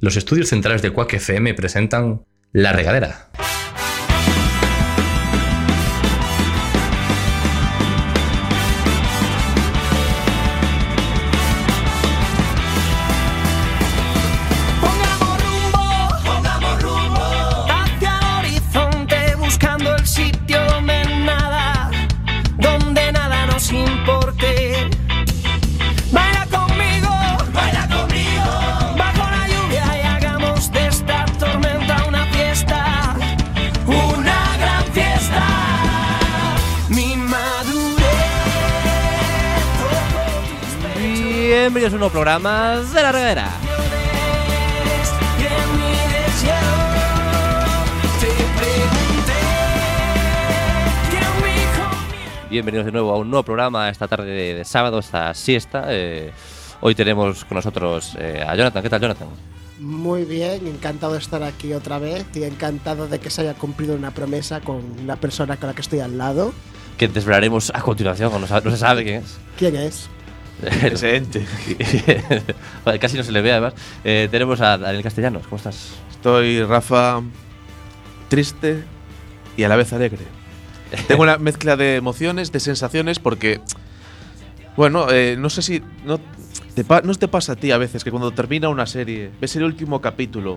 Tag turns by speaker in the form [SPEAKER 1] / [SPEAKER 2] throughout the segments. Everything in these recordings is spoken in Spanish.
[SPEAKER 1] Los estudios centrales de Quack FM presentan La Regadera.
[SPEAKER 2] Pongamos rumbo, pongamos rumbo hacia el horizonte, buscando el sitio donde nada, donde nada nos importe. Baila conmigo, baila conmigo, bajo la lluvia y hagamos de esta tormenta una fiesta, una gran fiesta. Mi madurez tocó tus
[SPEAKER 3] Bienvenidos a un nuevo programa de la regadera.
[SPEAKER 2] Eres que mi deseo te pregunté que un hijo mío
[SPEAKER 3] Bienvenidos de nuevo a un nuevo programa esta tarde de, de sábado, esta siesta. eh, hoy tenemos con nosotros eh, a Jonathan. ¿Qué tal, Jonathan?
[SPEAKER 4] Muy bien, encantado de estar aquí otra vez y encantado de que se haya cumplido una promesa con la persona con la que estoy al lado.
[SPEAKER 3] Que desvelaremos a continuación, no, sa- no se sabe quién es.
[SPEAKER 4] ¿Quién es?
[SPEAKER 5] Ese ente.
[SPEAKER 3] Joder, Casi no se le ve, además. Eh, tenemos a Daniel Castellanos. ¿Cómo estás?
[SPEAKER 5] Estoy, Rafa, triste y a la vez alegre. Tengo una mezcla de emociones, de sensaciones, porque, bueno, eh, no sé si... No te, pa- ¿No te pasa a ti a veces que cuando termina una serie, ves el último capítulo,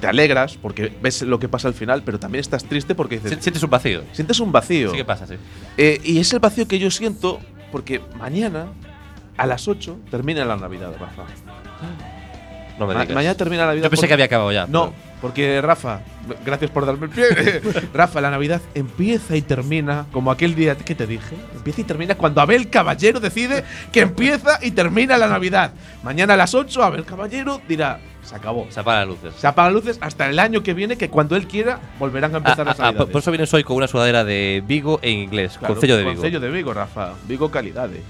[SPEAKER 5] te alegras porque ves lo que pasa al final, pero también estás triste porque dices,
[SPEAKER 3] Si- Sientes un vacío.
[SPEAKER 5] sientes un vacío?
[SPEAKER 3] Sí, ¿qué pasa? Sí.
[SPEAKER 5] Eh, y es el vacío que yo siento porque mañana, a las 8, termina la Navidad, Rafa.
[SPEAKER 3] No me
[SPEAKER 5] Ma-
[SPEAKER 3] digas.
[SPEAKER 5] mañana termina la Navidad.
[SPEAKER 3] Yo pensé
[SPEAKER 5] porque-
[SPEAKER 3] que había acabado ya.
[SPEAKER 5] No, porque Rafa, gracias por darme el pie. Rafa, la Navidad empieza y termina como aquel día que te dije. Empieza y termina cuando Abel Caballero decide que empieza y termina la Navidad. Mañana a las 8, Abel Caballero dirá, se acabó.
[SPEAKER 3] pero Se apagan las luces.
[SPEAKER 5] Se apagan luces hasta el año que viene, que cuando él quiera volverán a empezar
[SPEAKER 3] Ah,
[SPEAKER 5] las
[SPEAKER 3] ah, ah,
[SPEAKER 5] Navidades.
[SPEAKER 3] por eso vienes hoy con una sudadera de Vigo en inglés,
[SPEAKER 5] Claro,
[SPEAKER 3] con sello de Vigo.
[SPEAKER 5] Concello de Vigo, Rafa. Vigo eh. calidades.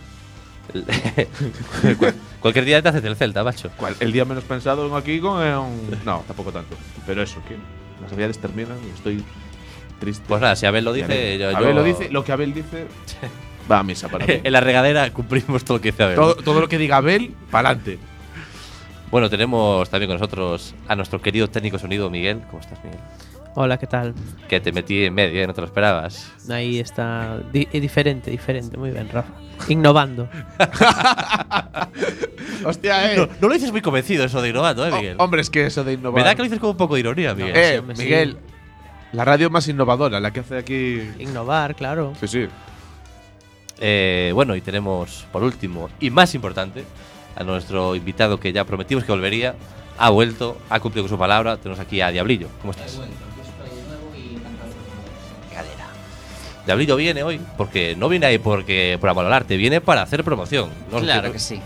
[SPEAKER 3] Cualquier día te haces el Celta, macho.
[SPEAKER 5] Cual- El día menos pensado vengo aquí con eh, un- No, tampoco tanto. Pero eso, que las navidades terminan y estoy triste.
[SPEAKER 3] Pues nada, si Abel lo
[SPEAKER 5] Y
[SPEAKER 3] dice,
[SPEAKER 5] Abel-
[SPEAKER 3] yo,
[SPEAKER 5] Abel
[SPEAKER 3] yo-
[SPEAKER 5] lo dice, lo que Abel dice va a misa para mí.
[SPEAKER 3] en la regadera cumplimos todo lo que dice Abel.
[SPEAKER 5] todo, todo lo que diga Abel, pa'lante.
[SPEAKER 3] Bueno, tenemos también con nosotros a nuestro querido técnico sonido Miguel. ¿Cómo estás, Miguel?
[SPEAKER 6] Hola, ¿qué tal?
[SPEAKER 3] Que te metí en medio, ¿eh? no te lo esperabas.
[SPEAKER 6] Ahí está. Di- eh, diferente, diferente. Muy bien, Rafa. Innovando.
[SPEAKER 5] Hostia, eh.
[SPEAKER 3] No, no lo dices muy convencido eso de innovando, ¿eh,
[SPEAKER 5] Oh,
[SPEAKER 3] Miguel?
[SPEAKER 5] hombre, es que eso de innovar.
[SPEAKER 3] Me da que lo dices con un poco de ironía, Miguel.
[SPEAKER 6] Eh,
[SPEAKER 5] Eh,
[SPEAKER 6] Sí, hombre, sí.
[SPEAKER 5] Miguel, la radio más innovadora, la que hace aquí.
[SPEAKER 6] Innovar, claro.
[SPEAKER 5] Sí, sí.
[SPEAKER 3] Eh, bueno, y tenemos por último y más importante a nuestro invitado que ya prometimos que volvería. Ha vuelto, ha cumplido con su palabra. Tenemos aquí a Diablillo. ¿Cómo estás? Cadera. Diablillo viene hoy porque no viene ahí porque por amor al arte, viene para hacer promoción. ¿no?
[SPEAKER 7] Claro que sí.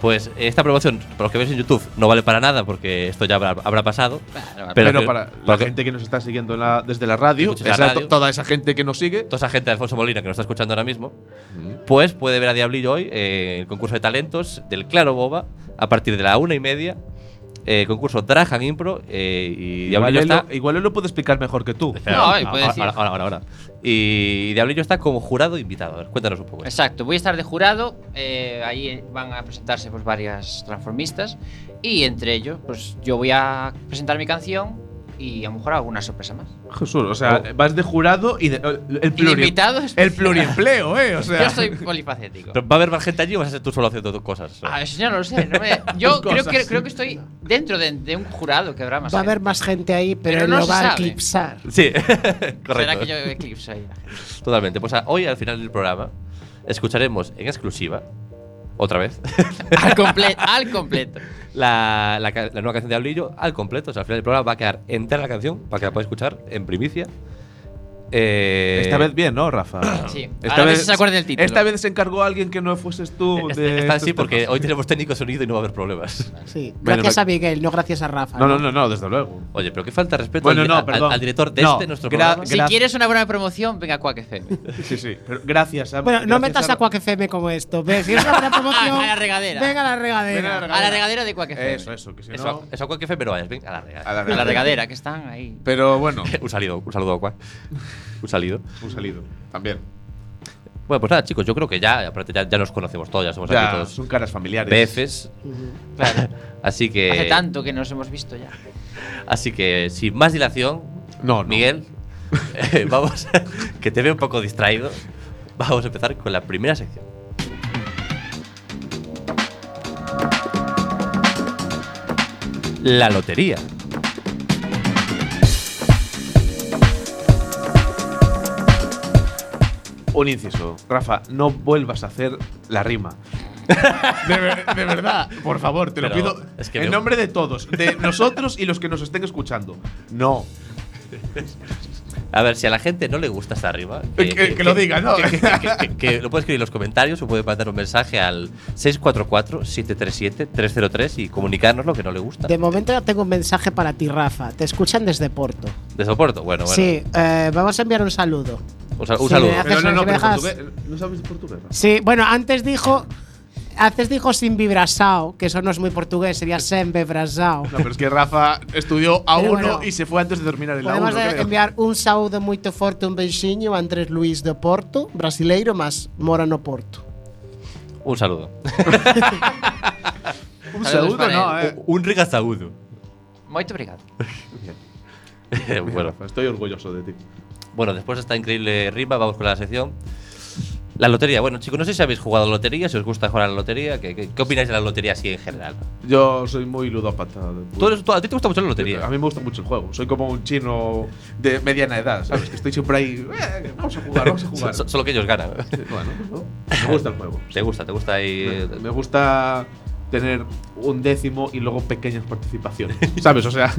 [SPEAKER 3] Pues esta promoción, para los que veis en YouTube, no vale para nada porque esto ya habrá, habrá pasado.
[SPEAKER 5] Pero,
[SPEAKER 3] que-
[SPEAKER 5] para la
[SPEAKER 3] para que-
[SPEAKER 5] gente que nos está siguiendo en la- desde la radio,
[SPEAKER 3] Que escucha la
[SPEAKER 5] esa-
[SPEAKER 3] radio.
[SPEAKER 5] to- toda esa gente que nos sigue,
[SPEAKER 3] toda esa gente de Alfonso Molina que nos está escuchando ahora mismo, pues puede ver a Diablillo hoy eh, el concurso de talentos del Claro Boba a partir de la una y media. eh, concurso Drahan Impro eh, y
[SPEAKER 5] igual
[SPEAKER 3] Diablillo
[SPEAKER 5] él,
[SPEAKER 3] está.
[SPEAKER 5] lo, igual él lo puede explicar mejor que tú.
[SPEAKER 3] Espera,
[SPEAKER 7] No,
[SPEAKER 3] ahora,
[SPEAKER 7] eh, puede
[SPEAKER 3] ahora,
[SPEAKER 7] decir.
[SPEAKER 3] ahora, ahora, ahora. Y Diablillo está como jurado e invitado. A ver, cuéntanos un poco.
[SPEAKER 7] Exacto, voy a estar de jurado, eh, ahí van a presentarse pues varias transformistas y entre ellos pues yo voy a presentar mi canción y a lo mejor alguna sorpresa más.
[SPEAKER 5] Jesús, o sea,
[SPEAKER 3] Oh.
[SPEAKER 5] vas de jurado y de, el,
[SPEAKER 7] Y de
[SPEAKER 5] pluri-
[SPEAKER 7] invitados,
[SPEAKER 5] el pluriempleo, ¿eh? O sea,
[SPEAKER 7] yo soy polifacético.
[SPEAKER 3] Pero ¿Va a haber más gente allí o vas a ser tú solo haciendo tus cosas?
[SPEAKER 7] Ah, eso ya no lo sé, no me- yo
[SPEAKER 5] Cosas.
[SPEAKER 7] creo que, creo que estoy dentro de, de un jurado que habrá más.
[SPEAKER 4] Va a
[SPEAKER 7] gente.
[SPEAKER 4] haber más gente ahí, pero,
[SPEAKER 7] Pero
[SPEAKER 4] él
[SPEAKER 7] no
[SPEAKER 4] lo
[SPEAKER 7] se
[SPEAKER 4] va a
[SPEAKER 7] sabe.
[SPEAKER 4] eclipsar.
[SPEAKER 3] Sí,
[SPEAKER 7] Será
[SPEAKER 3] correcto.
[SPEAKER 7] que yo eclipse ahí.
[SPEAKER 3] Totalmente. Pues a- hoy, al final del programa, escucharemos en exclusiva, otra vez,
[SPEAKER 7] Al, comple- al completo.
[SPEAKER 3] la, la ca- la nueva canción de Diablillo al completo. O sea, al final del programa va a quedar entera la canción para que la puedas escuchar en primicia. Eh,
[SPEAKER 5] Esta vez bien, ¿no, Rafa?
[SPEAKER 7] Sí. Ahora a ver si se acuerda del título.
[SPEAKER 5] Ah. Esta vez se encargó alguien que no fueses tú.
[SPEAKER 3] esta-
[SPEAKER 5] de
[SPEAKER 3] esta
[SPEAKER 5] estos
[SPEAKER 3] sí, porque
[SPEAKER 5] temas.
[SPEAKER 3] hoy tenemos técnico de sonido y no va a haber problemas.
[SPEAKER 4] Sí.
[SPEAKER 5] Bueno,
[SPEAKER 4] Gracias
[SPEAKER 5] me-
[SPEAKER 4] a Miguel, Ah, no gracias a Rafa.
[SPEAKER 5] No, no, no, no, desde luego.
[SPEAKER 3] Oye, pero qué falta de respeto
[SPEAKER 5] Bueno,
[SPEAKER 3] al,
[SPEAKER 5] no,
[SPEAKER 3] al-
[SPEAKER 5] perdón.
[SPEAKER 3] al director de
[SPEAKER 5] No,
[SPEAKER 3] este nuestro
[SPEAKER 5] gra-
[SPEAKER 3] programa.
[SPEAKER 7] Si
[SPEAKER 5] Gra-
[SPEAKER 7] quieres una buena promoción, venga a Quack FM.
[SPEAKER 5] Sí, sí. Pero gracias a.
[SPEAKER 4] Bueno, no
[SPEAKER 5] gracias
[SPEAKER 4] metas a Quack FM como esto. Ves, si es una buena promoción.
[SPEAKER 7] A la regadera.
[SPEAKER 4] Venga a la regadera.
[SPEAKER 5] Ven a la
[SPEAKER 7] A la regadera de Quack FM.
[SPEAKER 5] Eso, eso, que si
[SPEAKER 3] Eso,
[SPEAKER 5] no.
[SPEAKER 3] a- eso a cualquier fe, pero vayas bien a la real.
[SPEAKER 5] A la
[SPEAKER 7] A la regadera, que están ahí.
[SPEAKER 5] Pero bueno,
[SPEAKER 3] un salido, un saludo a Cuac. Un salido.
[SPEAKER 5] un salido. También.
[SPEAKER 3] Bueno, pues nada, chicos, yo creo que ya, aparte ya, ya nos conocemos todos, ya somos
[SPEAKER 5] Ya,
[SPEAKER 3] aquí todos
[SPEAKER 5] son caras familiares.
[SPEAKER 3] befes.
[SPEAKER 7] Claro.
[SPEAKER 3] Así que.
[SPEAKER 7] Hace tanto que nos hemos visto ya.
[SPEAKER 3] Así que sin más dilación,
[SPEAKER 5] No, no.
[SPEAKER 3] Miguel, eh, vamos, que te veo un poco distraído. Vamos a empezar con la primera sección. La lotería.
[SPEAKER 5] Un inciso. Rafa, no vuelvas a hacer la rima. De, ver- de verdad, por favor, te lo
[SPEAKER 3] Pero
[SPEAKER 5] pido.
[SPEAKER 3] es que
[SPEAKER 5] en
[SPEAKER 3] veo-
[SPEAKER 5] nombre de todos, de nosotros y los que nos estén escuchando. No.
[SPEAKER 3] A ver, si a la gente no le gusta esta rima,
[SPEAKER 5] Que- que lo diga, ¿no?
[SPEAKER 3] Que, que- que- que- que lo puede escribir en los comentarios o puede mandar un mensaje al 644-737-303 y comunicarnos lo que no le gusta.
[SPEAKER 4] De momento ya tengo un mensaje para ti, Rafa. Te escuchan desde Porto.
[SPEAKER 3] De soporto, bueno, bueno.
[SPEAKER 4] Sí, eh, vamos a enviar un saludo.
[SPEAKER 3] Un, sal- un
[SPEAKER 4] Sí,
[SPEAKER 3] saludo.
[SPEAKER 4] me hace-
[SPEAKER 5] Pero no, no, pero
[SPEAKER 4] orejas.
[SPEAKER 5] portugués- ¿No sabes portugués? Rafa?
[SPEAKER 4] Sí, bueno, antes dijo. Antes dijo sin vibrasao, que eso no es muy portugués, sería sem vibrasao.
[SPEAKER 5] No, pero es que Rafa estudió a
[SPEAKER 4] Pero
[SPEAKER 5] uno
[SPEAKER 4] bueno.
[SPEAKER 5] y se fue antes de terminar el
[SPEAKER 4] Podemos
[SPEAKER 5] A1,
[SPEAKER 4] eh,
[SPEAKER 5] creo.
[SPEAKER 4] enviar un saúdo muy fuerte, un beijinho a Andrés Luis de Porto, brasileiro, más Mora no Porto.
[SPEAKER 3] Un saludo.
[SPEAKER 5] Un saludo,
[SPEAKER 7] Saludos para
[SPEAKER 5] no, eh.
[SPEAKER 3] Un regazaúdo.
[SPEAKER 7] Moito obrigado.
[SPEAKER 3] bueno,
[SPEAKER 5] Rafa, estoy orgulloso de ti.
[SPEAKER 3] Bueno, después de esta increíble rima, vamos con la sección. La lotería. Bueno, chicos, no sé si habéis jugado a la lotería, si os gusta jugar a la lotería. ¿Qué, qué- qué opináis de la lotería así en general?
[SPEAKER 5] Yo soy muy ludópata.
[SPEAKER 3] Tú eres- tú- a ti te gusta mucho la
[SPEAKER 5] A
[SPEAKER 3] lotería.
[SPEAKER 5] mí me gusta mucho el juego. Soy como un chino de mediana edad, ¿sabes? Que estoy siempre ahí. "Eh, vamos a jugar, vamos a jugar.
[SPEAKER 3] So- Solo que ellos ganan.
[SPEAKER 5] bueno, ¿no? me gusta el juego.
[SPEAKER 3] ¿Te gusta? ¿Te gusta ahí?
[SPEAKER 5] Me gusta tener un décimo y luego pequeñas participaciones, ¿sabes? O sea,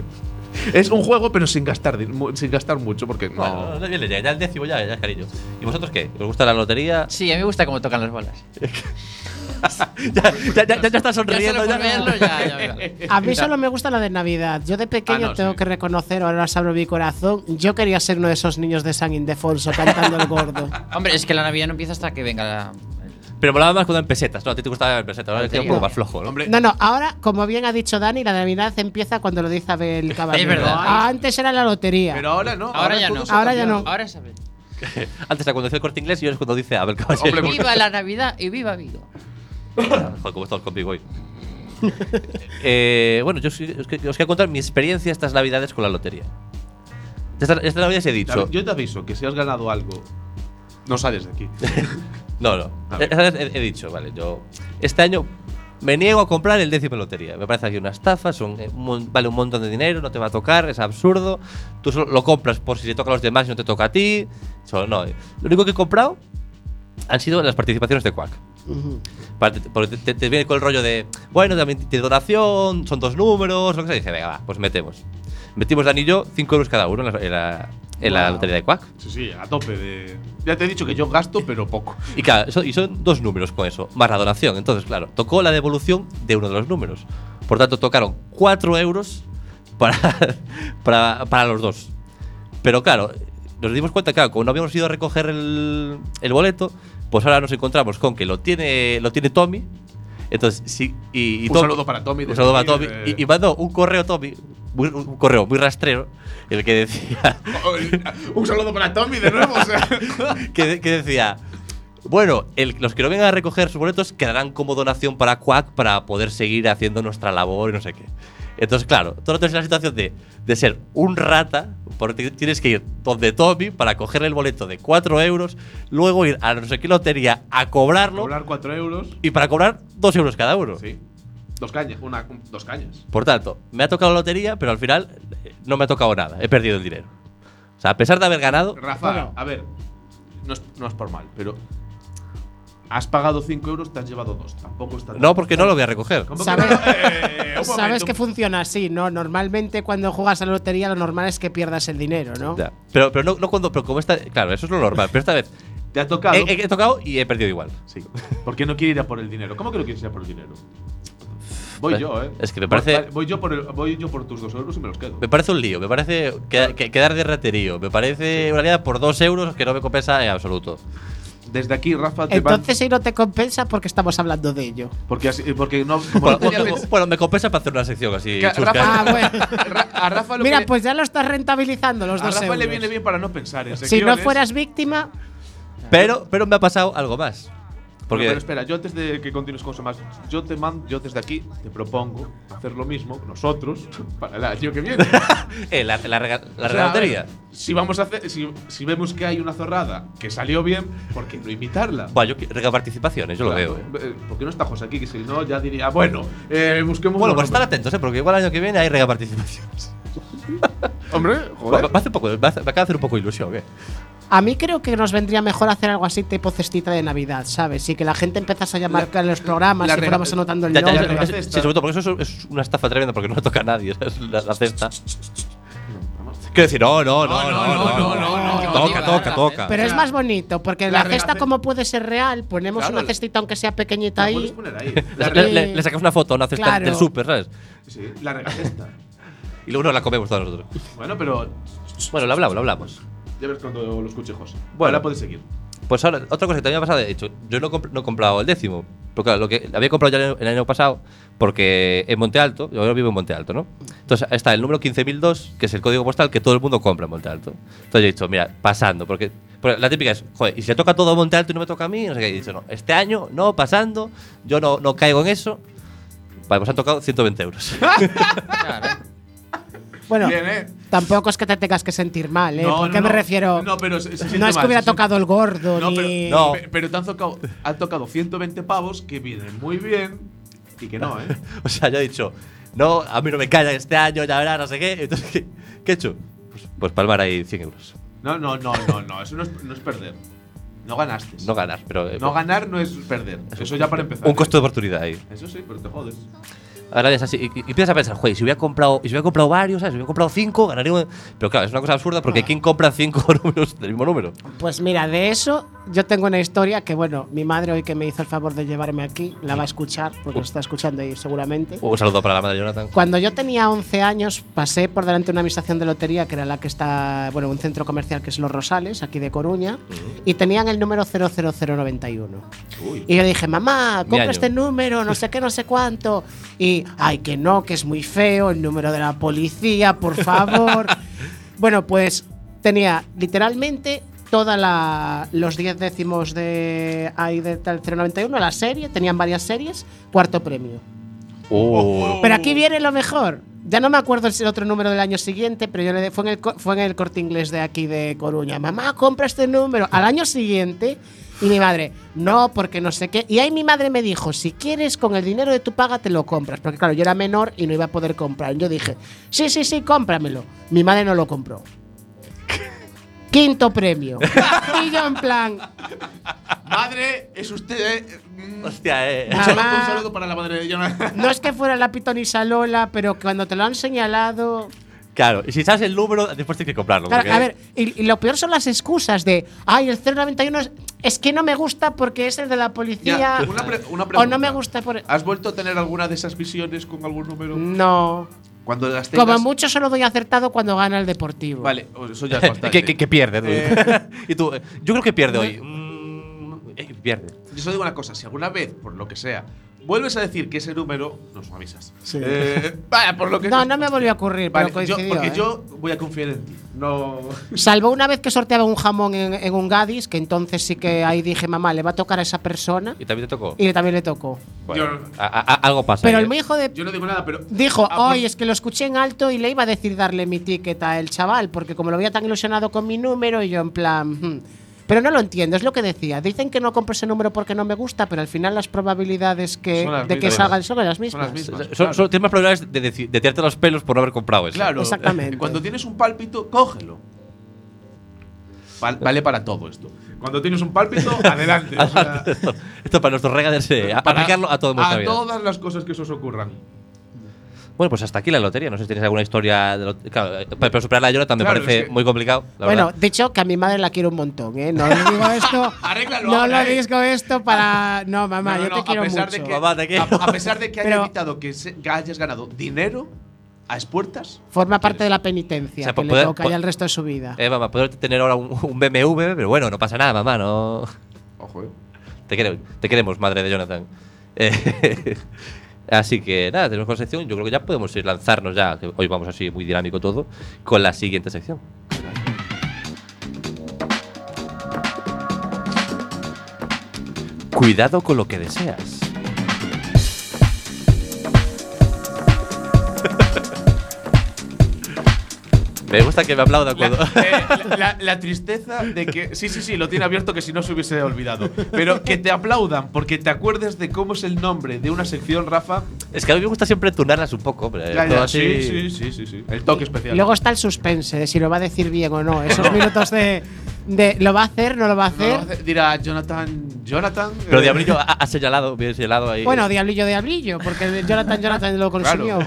[SPEAKER 5] es un juego pero sin gastar, din- mu- sin gastar mucho porque no.
[SPEAKER 3] Bueno, no, no, ya, ya, ya el décimo ya, ya es cariño. ¿Y vosotros qué? ¿Os gusta la lotería?
[SPEAKER 7] Sí, a mí me gusta cómo tocan las bolas.
[SPEAKER 3] ya, ya, ya, ya estás
[SPEAKER 7] Ya
[SPEAKER 3] sonriendo.
[SPEAKER 7] solo
[SPEAKER 3] Ya,
[SPEAKER 7] por verlo, ya, ya veo.
[SPEAKER 4] A mí solo me gusta la de Navidad. Yo de pequeño
[SPEAKER 5] Ah, no,
[SPEAKER 4] tengo
[SPEAKER 5] sí.
[SPEAKER 4] que reconocer, ahora os abro mi corazón, yo quería ser uno de esos niños de San Indefonso cantando el gordo.
[SPEAKER 7] Hombre, es que la Navidad no empieza hasta que venga la.
[SPEAKER 3] Pero molaba más cuando en pesetas. No, a ti te gustaba en pesetas. Ahora estoy un poco más flojo, ¿no?
[SPEAKER 5] Hombre,
[SPEAKER 4] No, no, ahora, como bien ha dicho Dani, la Navidad empieza cuando lo dice Abel Caballero.
[SPEAKER 7] Es verdad.
[SPEAKER 4] Ah, Antes era la lotería.
[SPEAKER 5] pero ahora no.
[SPEAKER 7] Ahora ya
[SPEAKER 5] todo
[SPEAKER 7] no.
[SPEAKER 5] se ha
[SPEAKER 4] Ahora ya
[SPEAKER 5] cambiado.
[SPEAKER 4] no.
[SPEAKER 7] Ahora es Abel.
[SPEAKER 3] Antes era cuando decía el corte inglés y ahora es cuando dice Abel Caballero.
[SPEAKER 5] Hombre, porque-
[SPEAKER 7] ¡Viva la Navidad y viva Vigo!
[SPEAKER 3] Joder, cómo estás conmigo hoy. Eh, bueno, yo os, os que- os quiero contar mi experiencia estas navidades con la lotería. Esta, esta navidad os he dicho.
[SPEAKER 5] David, Yo te aviso que si has ganado algo, no sales de aquí.
[SPEAKER 3] No, no.
[SPEAKER 5] A ver.
[SPEAKER 3] Esta vez He, he dicho, vale, yo. Este año me niego a comprar el décimo de lotería. Me parece aquí una estafa, son, eh, un mon- vale un montón de dinero, no te va a tocar, es absurdo. Tú solo lo compras por si te toca a los demás y no te toca a ti. Solo no. eh. Lo único que he comprado han sido las participaciones de Quack.
[SPEAKER 4] Ujú.
[SPEAKER 3] Para- te- Porque te, te viene con el rollo de, bueno, también de donación, son dos números, lo que sea. Y dije, venga, va, pues metemos. Metimos Dani y yo 5 euros cada uno en la, en la- en la
[SPEAKER 5] Wow.
[SPEAKER 3] lotería de Quack.
[SPEAKER 5] Sí, sí, a tope de. Ya te he dicho que yo gasto, pero poco.
[SPEAKER 3] Y claro, eso- y son dos números con eso, más la donación. Entonces, claro, tocó la devolución de uno de los números. Por tanto, tocaron 4 euros para, para, para los dos. Pero claro, nos dimos cuenta, claro, como no habíamos ido a recoger el, el boleto, pues ahora nos encontramos con que lo tiene, lo tiene Tommy. Entonces, sí, y, y
[SPEAKER 5] un
[SPEAKER 3] Tommy-
[SPEAKER 5] saludo para Tommy.
[SPEAKER 3] un saludo para Tommy.
[SPEAKER 5] eh,
[SPEAKER 3] Y, y mandó un correo Tommy, muy- un correo muy rastrero, en el que decía,
[SPEAKER 5] un saludo para Tommy de nuevo. o sea.
[SPEAKER 3] que, que decía, bueno, el- los que no vengan a recoger sus boletos quedarán como donación para Quack para poder seguir haciendo nuestra labor y no sé qué. Entonces, claro, tú no tienes la situación de, de ser un rata, porque tienes que ir donde Tommy para coger el boleto de 4 euros, luego ir a no sé qué lotería a cobrarlo
[SPEAKER 5] Cobrar 4 euros.
[SPEAKER 3] y para cobrar 2 euros cada uno.
[SPEAKER 5] Sí. Dos cañas. Una, dos cañas.
[SPEAKER 3] Por tanto, me ha tocado la lotería, pero al final eh, no me ha tocado nada, he perdido el dinero. O sea, a pesar de haber ganado,
[SPEAKER 5] Rafa,
[SPEAKER 4] Bueno.
[SPEAKER 5] a ver. No es, no es por mal, pero. Has pagado 5 euros, te has llevado 2. Tampoco está.
[SPEAKER 3] no porque no lo voy a recoger.
[SPEAKER 5] ¿Cómo que
[SPEAKER 4] ¿Sabes?
[SPEAKER 5] no? Eh, un
[SPEAKER 4] Sabes
[SPEAKER 5] momento.
[SPEAKER 4] que funciona así, ¿no? Normalmente cuando juegas a la lotería lo normal es que pierdas el dinero, ¿no?
[SPEAKER 3] Ya. Pero, pero no, no cuando. Pero como esta. Claro, eso es lo normal. Pero esta vez
[SPEAKER 5] Te ha tocado.
[SPEAKER 3] he, he- he tocado y he perdido igual.
[SPEAKER 5] Sí. ¿Por qué no quiere ir a por el dinero? ¿Cómo que no quieres ir a por el dinero? Voy
[SPEAKER 3] Vale.
[SPEAKER 5] yo, ¿eh?
[SPEAKER 3] Pues, Es que me
[SPEAKER 5] Voy-
[SPEAKER 3] parece-
[SPEAKER 5] Voy, yo, por el- voy yo por tus dos euros y me los quedo.
[SPEAKER 3] Me parece un lío. Me parece que- que- quedar de raterío. Me parece una liada por dos euros que no me compensa en absoluto.
[SPEAKER 5] Desde aquí, Rafa, te van-
[SPEAKER 4] Entonces si no te compensa porque estamos hablando de ello.
[SPEAKER 5] Porque, así- porque no. como
[SPEAKER 3] Bueno,
[SPEAKER 5] no tenía
[SPEAKER 3] bueno,
[SPEAKER 5] pens-
[SPEAKER 3] bueno, me compensa para hacer una sección así.
[SPEAKER 5] Que a
[SPEAKER 3] chusca.
[SPEAKER 5] Rafa-
[SPEAKER 4] Ah, bueno.
[SPEAKER 5] Ra- a Rafa, lo que
[SPEAKER 4] Mira,
[SPEAKER 5] le-
[SPEAKER 4] pues ya lo estás rentabilizando los
[SPEAKER 5] a
[SPEAKER 4] dos
[SPEAKER 5] Rafa
[SPEAKER 4] euros.
[SPEAKER 5] le viene bien para no pensar en
[SPEAKER 4] si no
[SPEAKER 5] secciones.
[SPEAKER 4] fueras víctima,
[SPEAKER 3] Pero, pero me ha pasado algo más. Porque
[SPEAKER 5] Porque pero espera, yo antes de que continúes con eso más, yo te mando, yo desde aquí te propongo hacer lo mismo nosotros para el año que viene.
[SPEAKER 3] eh, la, la rega- la
[SPEAKER 5] O sea,
[SPEAKER 3] regatería.
[SPEAKER 5] a ver, si vamos a hacer, si, si vemos que hay una zorrada que salió bien, ¿por qué no imitarla?
[SPEAKER 3] Buah, yo qui- rega participaciones, yo
[SPEAKER 5] Claro,
[SPEAKER 3] lo veo. eh.
[SPEAKER 5] eh, ¿Por qué no está José aquí? Que si no, ya diría, bueno, eh, busquemos.
[SPEAKER 3] Bueno,
[SPEAKER 5] otro
[SPEAKER 3] pues estar
[SPEAKER 5] nombre.
[SPEAKER 3] atentos, eh, porque igual el año que viene hay rega participaciones.
[SPEAKER 5] Hombre,
[SPEAKER 3] Me
[SPEAKER 5] joder.
[SPEAKER 3] hace un poco, me hace- me acaba de hacer un poco de ilusión, eh.
[SPEAKER 4] A mí creo que nos vendría mejor hacer algo así tipo cestita de Navidad, ¿sabes? Y que la gente empezase a llamar a los programas
[SPEAKER 5] la
[SPEAKER 4] y
[SPEAKER 5] rega-
[SPEAKER 4] fuéramos anotando el
[SPEAKER 3] Ya, ya,
[SPEAKER 5] no,
[SPEAKER 3] ya,
[SPEAKER 5] pero
[SPEAKER 4] nombre.
[SPEAKER 5] la
[SPEAKER 3] sí,
[SPEAKER 5] cesta.
[SPEAKER 3] sí, sobre todo porque eso es es una estafa tremenda porque no la toca a nadie, ¿sabes? La, la cesta. Quiero decir, no, no, no, no, no, no,
[SPEAKER 7] no,
[SPEAKER 3] toca,
[SPEAKER 7] no,
[SPEAKER 3] toca,
[SPEAKER 7] no,
[SPEAKER 3] toca.
[SPEAKER 4] Pero es más bonito, porque la,
[SPEAKER 5] la rega-
[SPEAKER 4] cesta como puede ser real, ponemos
[SPEAKER 5] Claro,
[SPEAKER 4] una
[SPEAKER 5] la-
[SPEAKER 4] cestita aunque sea pequeñita
[SPEAKER 5] La puedes
[SPEAKER 4] ahí.
[SPEAKER 5] poner ahí. La,
[SPEAKER 3] Le,
[SPEAKER 5] re-
[SPEAKER 3] le- le- le sacas una foto a una cesta
[SPEAKER 4] Claro.
[SPEAKER 3] del súper, ¿sabes?
[SPEAKER 5] sí, la regacesta.
[SPEAKER 3] Y luego nos la comemos todos nosotros.
[SPEAKER 5] Bueno, pero
[SPEAKER 3] Bueno, lo hablamos, lo hablamos.
[SPEAKER 5] ya ves cuando los cuchejos.
[SPEAKER 3] Bueno.
[SPEAKER 5] Bueno, ahora puedes seguir.
[SPEAKER 3] Pues ahora, otra cosa que también me ha pasado, de hecho, yo no, comp- no he comprado el décimo. Pero claro, lo que había comprado ya el año- el año pasado, porque en Monte Alto, yo ahora vivo en Monte Alto, ¿no? Entonces está el número 15002, que es el código postal que todo el mundo compra en Monte Alto. Entonces yo he dicho, mira, pasando, porque, porque la típica es, joder, y si le toca todo a Monte Alto y no me toca a mí, no sé qué, he dicho, no, este año no, pasando, yo no, no caigo en eso. Vale, pues han tocado 120 euros.
[SPEAKER 7] Claro.
[SPEAKER 4] Bueno,
[SPEAKER 5] Bien, ¿eh?
[SPEAKER 4] tampoco es que te tengas que sentir mal, ¿eh?
[SPEAKER 5] No,
[SPEAKER 4] ¿Por
[SPEAKER 5] no,
[SPEAKER 4] qué me
[SPEAKER 5] no.
[SPEAKER 4] refiero?
[SPEAKER 5] No, pero se- se
[SPEAKER 4] No
[SPEAKER 5] siente
[SPEAKER 4] es que
[SPEAKER 5] mal,
[SPEAKER 4] hubiera
[SPEAKER 5] se siente-
[SPEAKER 4] tocado el gordo
[SPEAKER 5] No,
[SPEAKER 4] ni.
[SPEAKER 5] pero,
[SPEAKER 3] No.
[SPEAKER 5] pe- pero te han tocado, han tocado 120 pavos que vienen muy bien y que no, ¿eh?
[SPEAKER 3] O sea, yo he dicho, no, a mí no me callan este año, ya verás, no sé qué. Entonces, ¿qué, qué he hecho? Pues, pues palmar ahí 100 euros.
[SPEAKER 5] No, no, no, no, no, eso no es, no es perder. No ganaste.
[SPEAKER 3] No ganar, pero. eh,
[SPEAKER 5] No ganar no es perder. Eso ya para empezar. ¿eh?
[SPEAKER 3] Un costo de oportunidad ahí.
[SPEAKER 5] Eso sí, pero te jodes.
[SPEAKER 3] Ahora es así. Y, y empiezas a pensar, joder, si hubiera comprado, y si hubiera comprado varios, ¿sabes? Si hubiera comprado cinco, ganaría un. Pero claro, es una cosa absurda porque
[SPEAKER 5] Ah.
[SPEAKER 3] ¿quién compra cinco números del mismo número?
[SPEAKER 4] Pues mira, de eso yo tengo una historia que, bueno, mi madre hoy que me hizo el favor de llevarme aquí, la va a escuchar, porque está escuchando ahí seguramente.
[SPEAKER 3] Un saludo para la madre de Jonathan.
[SPEAKER 4] Cuando yo tenía 11 años, pasé por delante de una administración de lotería, que era la que está, bueno, un centro comercial que es Los Rosales, aquí de Coruña, y tenían el número 00091. Y yo le dije, mamá, compra
[SPEAKER 3] año.
[SPEAKER 4] este número, no sé qué, no sé cuánto. Y, ay, que no, que es muy feo, el número de la policía, por favor. bueno, pues tenía literalmente toda la los 10 décimos de ahí de tal 091, la serie, tenían varias series, cuarto premio.
[SPEAKER 3] Oh.
[SPEAKER 4] Pero aquí viene lo mejor. Ya no me acuerdo el otro número del año siguiente, pero yo le fue en el co- fue en el corte inglés de aquí de Coruña. Mamá, compra este número. Al año siguiente y mi madre, no, porque no sé qué. Y ahí mi madre me dijo, si quieres con el dinero de tu paga te lo compras, porque claro, yo era menor y no iba a poder comprar. Yo dije, sí, sí, sí, cómpramelo. Mi madre no lo compró. Quinto premio. y yo en plan,
[SPEAKER 5] Madre, es usted. eh, mm,
[SPEAKER 3] Hostia, eh.
[SPEAKER 5] un, saludo,
[SPEAKER 4] Mamá.
[SPEAKER 5] un saludo para la madre de Jonathan.
[SPEAKER 4] no es que fuera la pitonisa Lola, pero cuando te lo han señalado,
[SPEAKER 3] Claro, y si sabes el número, después tienes que comprarlo.
[SPEAKER 4] Claro,
[SPEAKER 3] porque-
[SPEAKER 4] a ver, y, y lo peor son las excusas de, ay, el 091 es, es que no me gusta porque es el de la policía.
[SPEAKER 5] Ya, una pre- una
[SPEAKER 4] o
[SPEAKER 5] pregunta.
[SPEAKER 4] no me gusta por.
[SPEAKER 5] ¿Has vuelto a tener alguna de esas visiones con algún número?
[SPEAKER 4] No.
[SPEAKER 5] Cuando las tengas.
[SPEAKER 4] Como mucho solo doy acertado cuando gana el deportivo.
[SPEAKER 5] Vale, pues eso ya es bastante.
[SPEAKER 3] que, que- que pierde, tú.
[SPEAKER 5] Eh.
[SPEAKER 3] y tú, eh, yo creo que pierde hoy. Mm, eh, pierde.
[SPEAKER 5] Yo solo digo una cosa, si alguna vez, por lo que sea, vuelves a decir que ese número, nos avisas.
[SPEAKER 4] Sí.
[SPEAKER 5] Eh, vaya, por lo que
[SPEAKER 4] No, no me volvió a ocurrir,
[SPEAKER 5] Vale,
[SPEAKER 4] pero
[SPEAKER 5] yo-
[SPEAKER 4] coincidió.
[SPEAKER 5] porque
[SPEAKER 4] ¿eh?
[SPEAKER 5] yo voy a confiar en ti. No.
[SPEAKER 4] Salvo una vez que sorteaba un jamón en, en un Gadis, que entonces sí que ahí dije, mamá, le va a tocar a esa persona.
[SPEAKER 3] Y también te tocó.
[SPEAKER 4] Y también le tocó.
[SPEAKER 3] Bueno,
[SPEAKER 5] Yo-
[SPEAKER 3] a- a- a- algo pasa.
[SPEAKER 4] Pero
[SPEAKER 3] ahí,
[SPEAKER 4] el
[SPEAKER 3] eh.
[SPEAKER 4] mi hijo de
[SPEAKER 5] Yo no digo nada, pero.
[SPEAKER 4] Dijo,
[SPEAKER 5] Ah,
[SPEAKER 4] hoy
[SPEAKER 5] pues-
[SPEAKER 4] es que lo escuché en alto y le iba a decir darle mi ticket al chaval, porque como lo había tan ilusionado con mi número, y yo en plan. "Hmm". Pero no lo entiendo, es lo que decía. Dicen que no compro ese número porque no me gusta, pero al final las probabilidades que,
[SPEAKER 5] Son las
[SPEAKER 4] de que
[SPEAKER 5] mismas.
[SPEAKER 4] salgan son las
[SPEAKER 5] Son
[SPEAKER 4] mismas.
[SPEAKER 5] las mismas.
[SPEAKER 3] Son-
[SPEAKER 5] claro.
[SPEAKER 3] son- tienes más probabilidades de, deci- de tirarte los pelos por no haber comprado eso.
[SPEAKER 5] Claro,
[SPEAKER 4] Exactamente.
[SPEAKER 5] Cuando tienes un pálpito, cógelo. Val- vale para todo esto. Cuando tienes un pálpito, adelante. o sea,
[SPEAKER 3] esto, esto para nuestros regaders, eh, a-
[SPEAKER 5] para-
[SPEAKER 3] aplicarlo a todo nuestra
[SPEAKER 5] A
[SPEAKER 3] vida.
[SPEAKER 5] todas las cosas que se os ocurran.
[SPEAKER 3] Bueno, pues hasta aquí la lotería. No sé si tienes alguna historia. De lote- claro, eh, pero superar la Jonathan me
[SPEAKER 5] Claro,
[SPEAKER 3] parece
[SPEAKER 5] es que-
[SPEAKER 3] muy complicado. La
[SPEAKER 4] bueno,
[SPEAKER 3] verdad.
[SPEAKER 4] dicho que a mi madre la quiero un montón, ¿eh? No le digo esto.
[SPEAKER 5] Arréglalo
[SPEAKER 4] no
[SPEAKER 5] ahora,
[SPEAKER 4] le
[SPEAKER 5] ¿eh?
[SPEAKER 4] digo esto para. No, mamá,
[SPEAKER 5] No, no,
[SPEAKER 4] yo
[SPEAKER 5] no,
[SPEAKER 4] te quiero
[SPEAKER 5] a pesar
[SPEAKER 4] mucho.
[SPEAKER 5] De que,
[SPEAKER 3] Mamá, te quiero.
[SPEAKER 5] A, a pesar de que haya
[SPEAKER 4] Pero-
[SPEAKER 5] evitado que, se- que hayas ganado dinero a expuertas,
[SPEAKER 4] Forma parte de la penitencia
[SPEAKER 3] O sea,
[SPEAKER 4] que
[SPEAKER 3] po-
[SPEAKER 4] le
[SPEAKER 3] poder-
[SPEAKER 4] toca
[SPEAKER 3] po-
[SPEAKER 4] ya el resto de su vida.
[SPEAKER 3] Eh, mamá, puedo tener ahora un, un BMW, pero bueno, no pasa nada, mamá. No.
[SPEAKER 5] ojo, eh.
[SPEAKER 3] Te, quere- te queremos, madre de Jonathan. Eh, así que nada, tenemos con la sección. Yo creo que ya podemos ir lanzarnos ya. que hoy vamos así muy dinámico todo. Con la siguiente sección. Cuidado con lo que deseas. Me gusta que me aplaudan
[SPEAKER 5] La,
[SPEAKER 3] cuando.
[SPEAKER 5] eh, la- la- la tristeza de que. Sí, sí, sí, lo tiene abierto que si no se hubiese olvidado. Pero que te aplaudan porque te acuerdes de cómo es el nombre de una sección, Rafa.
[SPEAKER 3] Es que a mí me gusta siempre tunarlas un poco. Pero
[SPEAKER 5] Ya,
[SPEAKER 3] Eh, todo
[SPEAKER 5] ya,
[SPEAKER 3] así-
[SPEAKER 5] sí, sí, sí, sí, sí. El toque especial.
[SPEAKER 4] Luego está el suspense de si lo va a decir bien o no. Esos minutos de, de ¿lo va a hacer? ¿No lo va a
[SPEAKER 5] No
[SPEAKER 4] hacer?
[SPEAKER 5] lo hace- dirá Jonathan. Jonathan.
[SPEAKER 3] Pero
[SPEAKER 5] eh,
[SPEAKER 3] Diablillo ha, ha señalado, bien señalado ahí.
[SPEAKER 4] Bueno, diablillo, diablillo, porque el Jonathan, Jonathan lo
[SPEAKER 5] Claro.
[SPEAKER 4] consumió.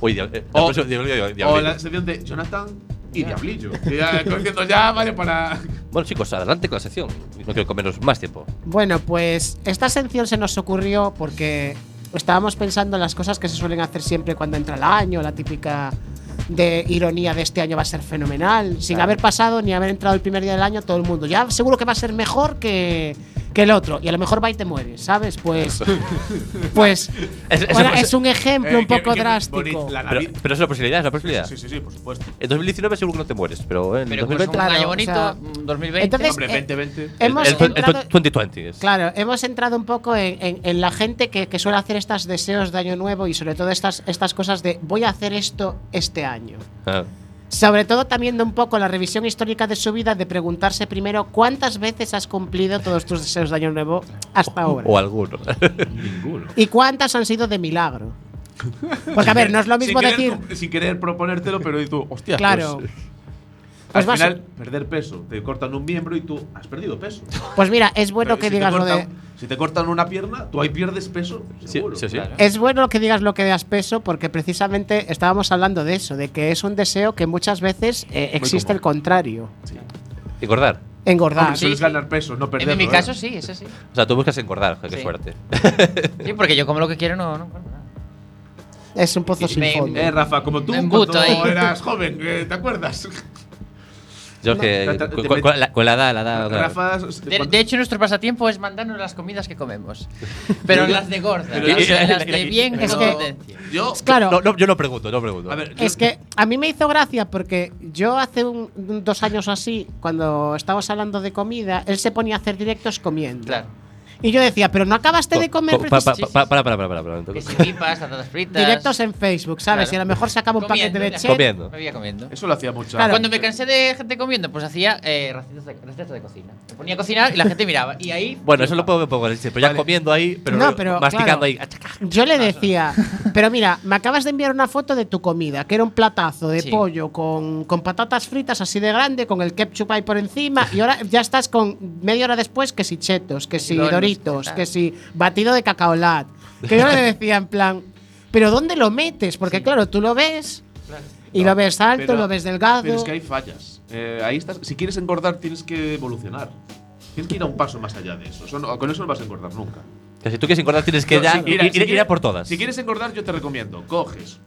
[SPEAKER 3] Uy, Diab- eh,
[SPEAKER 5] O-
[SPEAKER 3] la próxima- Diablillo, Diablillo.
[SPEAKER 5] O la sección de Jonathan y Diablillo. Que ya, corriendo ya, vale, para. eh,
[SPEAKER 3] Bueno, chicos, adelante con la sección. No quiero comeros más tiempo.
[SPEAKER 4] Bueno, pues esta sección se nos ocurrió porque estábamos pensando en las cosas que se suelen hacer siempre cuando entra el año, la típica de ironía de este año va a ser fenomenal. Sin haber pasado ni haber entrado el primer día del año, todo el mundo ya seguro que va a ser mejor que, que el otro. Y a lo mejor va y te mueres, ¿sabes? Pues. pues.
[SPEAKER 3] Es- es-
[SPEAKER 4] bueno,
[SPEAKER 3] es-
[SPEAKER 4] es un ejemplo
[SPEAKER 5] Eh,
[SPEAKER 4] un poco
[SPEAKER 5] que- que-
[SPEAKER 4] drástico.
[SPEAKER 5] la
[SPEAKER 3] Pero,
[SPEAKER 5] Navidad.
[SPEAKER 3] pero es una posibilidad, es una posibilidad.
[SPEAKER 5] Sí, sí, sí, por supuesto.
[SPEAKER 3] En 2019 seguro que no te mueres, pero en
[SPEAKER 7] Pero como
[SPEAKER 3] 2020.
[SPEAKER 7] es un
[SPEAKER 4] Claro,
[SPEAKER 7] año
[SPEAKER 4] o
[SPEAKER 7] bonito,
[SPEAKER 4] sea,
[SPEAKER 7] mm, 2020.
[SPEAKER 4] entonces,
[SPEAKER 5] Hombre,
[SPEAKER 4] eh,
[SPEAKER 5] 20, 20.
[SPEAKER 4] eh, hemos
[SPEAKER 3] el, el- el
[SPEAKER 4] entrado-
[SPEAKER 3] 2020 es.
[SPEAKER 4] Claro, hemos entrado un poco en, en- en la gente que, que suele hacer estos deseos de año nuevo y sobre todo estas, estas cosas de voy a hacer esto este año.
[SPEAKER 3] Ah.
[SPEAKER 4] Sobre todo también de un poco la revisión histórica de su vida, de preguntarse primero cuántas veces has cumplido todos tus deseos de año nuevo hasta ahora.
[SPEAKER 3] O alguno.
[SPEAKER 4] Y cuántas han sido de milagro. Porque a ver, no es lo mismo
[SPEAKER 5] sin querer,
[SPEAKER 4] decir...
[SPEAKER 5] com- sin querer proponértelo, pero y tú, hostia,
[SPEAKER 4] Claro.
[SPEAKER 5] pues,
[SPEAKER 4] Pues
[SPEAKER 5] al
[SPEAKER 4] vas-
[SPEAKER 5] final, perder peso. Te cortan un miembro y tú has perdido peso.
[SPEAKER 4] Pues mira, es bueno
[SPEAKER 5] Pero
[SPEAKER 4] que
[SPEAKER 5] si te
[SPEAKER 4] digas lo de...
[SPEAKER 5] cortan- Si te cortan una pierna, tú ahí pierdes peso,
[SPEAKER 3] Sí,
[SPEAKER 5] seguro.
[SPEAKER 3] sí, sí.
[SPEAKER 5] Claro.
[SPEAKER 4] Es bueno que digas lo que das peso porque precisamente estábamos hablando de eso, de que es un deseo que muchas veces eh, existe
[SPEAKER 5] común.
[SPEAKER 4] el contrario.
[SPEAKER 3] Engordar.
[SPEAKER 4] Engordar.
[SPEAKER 5] Hombre, sueles
[SPEAKER 7] sí.
[SPEAKER 5] ganar peso, no ¿eh? perder.
[SPEAKER 7] en mi caso sí, es así.
[SPEAKER 3] O sea, tú buscas engordar, joder, qué
[SPEAKER 7] Sí.
[SPEAKER 3] suerte.
[SPEAKER 7] Sí, porque yo como lo que quiero no. no como nada.
[SPEAKER 4] Es un pozo
[SPEAKER 7] Y
[SPEAKER 4] sin
[SPEAKER 7] me-
[SPEAKER 4] fondo.
[SPEAKER 5] Eh, Rafa, como tú
[SPEAKER 7] Me
[SPEAKER 5] cuando
[SPEAKER 7] embuto ahí.
[SPEAKER 5] eras joven, eh, ¿te acuerdas?
[SPEAKER 3] Yo
[SPEAKER 5] No,
[SPEAKER 3] que.
[SPEAKER 5] te- te-
[SPEAKER 3] con,
[SPEAKER 5] te
[SPEAKER 3] con-
[SPEAKER 5] met-
[SPEAKER 3] con la, con la edad, la edad. claro.
[SPEAKER 5] Rafa,
[SPEAKER 7] De,
[SPEAKER 5] cuando-
[SPEAKER 7] de hecho, nuestro pasatiempo es mandarnos las comidas que comemos. Pero las de gorda.
[SPEAKER 5] Pero-
[SPEAKER 7] las, las de bien,
[SPEAKER 4] Es
[SPEAKER 7] no
[SPEAKER 4] que-
[SPEAKER 7] tendencia.
[SPEAKER 5] yo.
[SPEAKER 4] Claro.
[SPEAKER 3] No, no, yo no pregunto, no pregunto.
[SPEAKER 5] A ver,
[SPEAKER 4] Es
[SPEAKER 5] yo-
[SPEAKER 4] que a mí me hizo gracia porque yo hace un- un- dos años o así, cuando estábamos hablando de comida, él se ponía a hacer directos comiendo.
[SPEAKER 7] Claro.
[SPEAKER 4] Y yo decía, pero no acabaste de comer
[SPEAKER 3] Pa- pa-
[SPEAKER 4] precis-
[SPEAKER 3] pa- pa- Para, para, para, para. para, un toque.
[SPEAKER 7] Que si pipas, patatas fritas.
[SPEAKER 4] directos en Facebook, ¿sabes? Y
[SPEAKER 7] Claro.
[SPEAKER 4] a lo mejor sacaba un
[SPEAKER 7] Comiendo,
[SPEAKER 4] paquete de
[SPEAKER 7] ya.
[SPEAKER 4] chet.
[SPEAKER 3] Comiendo.
[SPEAKER 7] Me voy a comiendo.
[SPEAKER 5] Eso lo hacía mucho.
[SPEAKER 4] Claro.
[SPEAKER 7] Cuando me cansé de gente comiendo, pues hacía eh, recetas, de, recetas de cocina. Me ponía a cocinar y la gente miraba. Y ahí.
[SPEAKER 3] Bueno, eso lo puedo poco decir, pero ya comiendo ahí, pero,
[SPEAKER 4] No, pero,
[SPEAKER 3] masticando
[SPEAKER 4] claro.
[SPEAKER 3] ahí. Achaca.
[SPEAKER 4] Yo le decía, pero mira, me acabas de enviar una foto de tu comida, que era un platazo de
[SPEAKER 7] Sí.
[SPEAKER 4] pollo con, con patatas fritas así de grande, con el ketchup ahí por encima, y ahora ya estás con media hora después que si chetos, que si
[SPEAKER 7] Donuts,
[SPEAKER 4] doritos,
[SPEAKER 7] claro.
[SPEAKER 4] que si batido de cacaolat. Que yo le decía en plan, pero ¿dónde lo metes? Porque claro, tú lo ves y lo ves alto,
[SPEAKER 5] Pero-
[SPEAKER 4] lo ves delgado.
[SPEAKER 5] Pero es que hay fallas. Eh, ahí estás. Si quieres engordar, tienes que evolucionar. Tienes que ir a un paso más allá de eso. Eso no- con eso no vas a engordar nunca.
[SPEAKER 3] Que si tú quieres engordar, tienes que
[SPEAKER 5] No,
[SPEAKER 3] ya
[SPEAKER 5] si- mira,
[SPEAKER 3] ir,
[SPEAKER 5] si
[SPEAKER 3] ir- ir
[SPEAKER 5] quieres-
[SPEAKER 3] a por todas.
[SPEAKER 5] Si quieres engordar, yo te recomiendo. Coges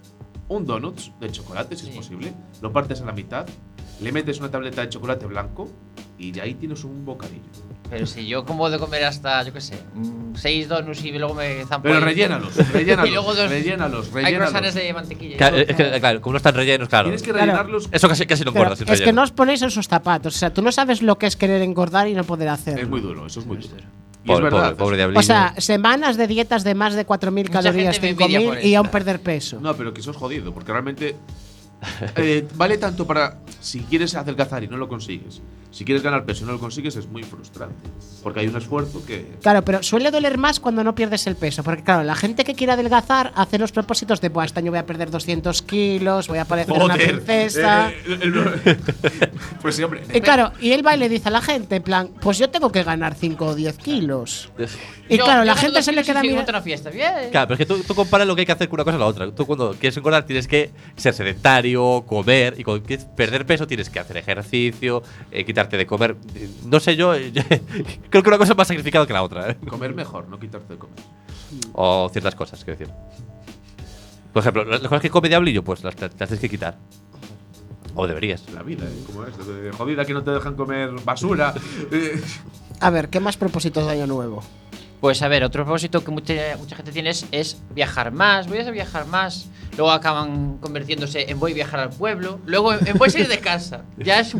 [SPEAKER 5] un donut de chocolate, si
[SPEAKER 7] Sí.
[SPEAKER 5] es posible, lo partes a la mitad, le metes una tableta de chocolate blanco y ya ahí tienes un bocadillo.
[SPEAKER 7] Pero si yo como de comer hasta, yo qué sé, mm, seis donuts y luego me zampo.
[SPEAKER 5] Pero
[SPEAKER 7] ahí-
[SPEAKER 5] rellénalos, rellénalos,
[SPEAKER 7] pues, Y luego dos-
[SPEAKER 5] rellénalos,
[SPEAKER 7] Hay croissants
[SPEAKER 5] rellénalos.
[SPEAKER 7] de mantequilla. y
[SPEAKER 3] Claro,
[SPEAKER 7] todo.
[SPEAKER 3] es que, claro, como no están rellenos, claro.
[SPEAKER 5] Tienes que
[SPEAKER 4] Claro.
[SPEAKER 5] rellenarlos.
[SPEAKER 3] Eso casi, casi no
[SPEAKER 4] Pero
[SPEAKER 3] engordas. sin
[SPEAKER 4] es que
[SPEAKER 3] relleno.
[SPEAKER 4] no os ponéis en sus zapatos, o sea, tú no sabes lo que es querer engordar y no poder hacerlo.
[SPEAKER 5] Es muy duro, eso es muy duro. Y es
[SPEAKER 3] Pobre,
[SPEAKER 5] verdad.
[SPEAKER 3] pobre, pobre diablillo.
[SPEAKER 4] O sea, semanas de dietas de más de 4.000
[SPEAKER 7] Mucha
[SPEAKER 4] calorías,
[SPEAKER 7] gente me envidia
[SPEAKER 4] 5.000
[SPEAKER 7] por
[SPEAKER 4] y
[SPEAKER 7] esto.
[SPEAKER 4] aún perder peso.
[SPEAKER 5] No, pero que eso es jodido, porque realmente eh, vale tanto para si quieres adelgazar y no lo consigues. Si quieres ganar peso y no lo consigues, es muy frustrante. Porque hay un esfuerzo que.
[SPEAKER 4] Claro, pero suele doler más cuando no pierdes el peso. Porque, claro, la gente que quiere adelgazar hace los propósitos de, Buah, este año voy a perder 200 kilos, voy a parecer una princesa.
[SPEAKER 5] Eh, eh, eh, eh, pues sí, hombre.
[SPEAKER 4] Y claro, y él va y le dice a la gente, en plan, pues yo tengo que ganar 5 o 10 kilos. Y
[SPEAKER 7] Yo-
[SPEAKER 4] claro,
[SPEAKER 7] yo
[SPEAKER 4] la
[SPEAKER 7] gano
[SPEAKER 4] gente
[SPEAKER 7] dos
[SPEAKER 4] se le
[SPEAKER 7] kilos y
[SPEAKER 4] queda
[SPEAKER 7] sigo
[SPEAKER 4] mirando.
[SPEAKER 7] otra fiesta. Bien.
[SPEAKER 3] Claro, pero es que tú, tú comparas lo que hay que hacer con una cosa a la otra. Tú cuando quieres engordar tienes que ser sedentario, comer, y cuando quieres perder peso tienes que hacer ejercicio, eh, quitarte de comer. Eh, No sé yo, eh, creo que una cosa es más sacrificada que la otra, ¿eh?
[SPEAKER 5] Comer mejor, no quitarte de comer.
[SPEAKER 3] O ciertas cosas, quiero decir. Por ejemplo, las las cosas que come Diablillo, pues las, las tienes que quitar. O deberías.
[SPEAKER 5] La vida, ¿eh? Como es, de- de jodida que no te dejan comer basura. Eh,
[SPEAKER 4] A ver, ¿qué más propósitos de año nuevo?
[SPEAKER 7] Pues a ver, otro propósito que mucha, mucha gente tiene es, es viajar más. Voy a viajar más. luego acaban convirtiéndose en voy a viajar al pueblo, luego en en voy a salir de casa. Ya es un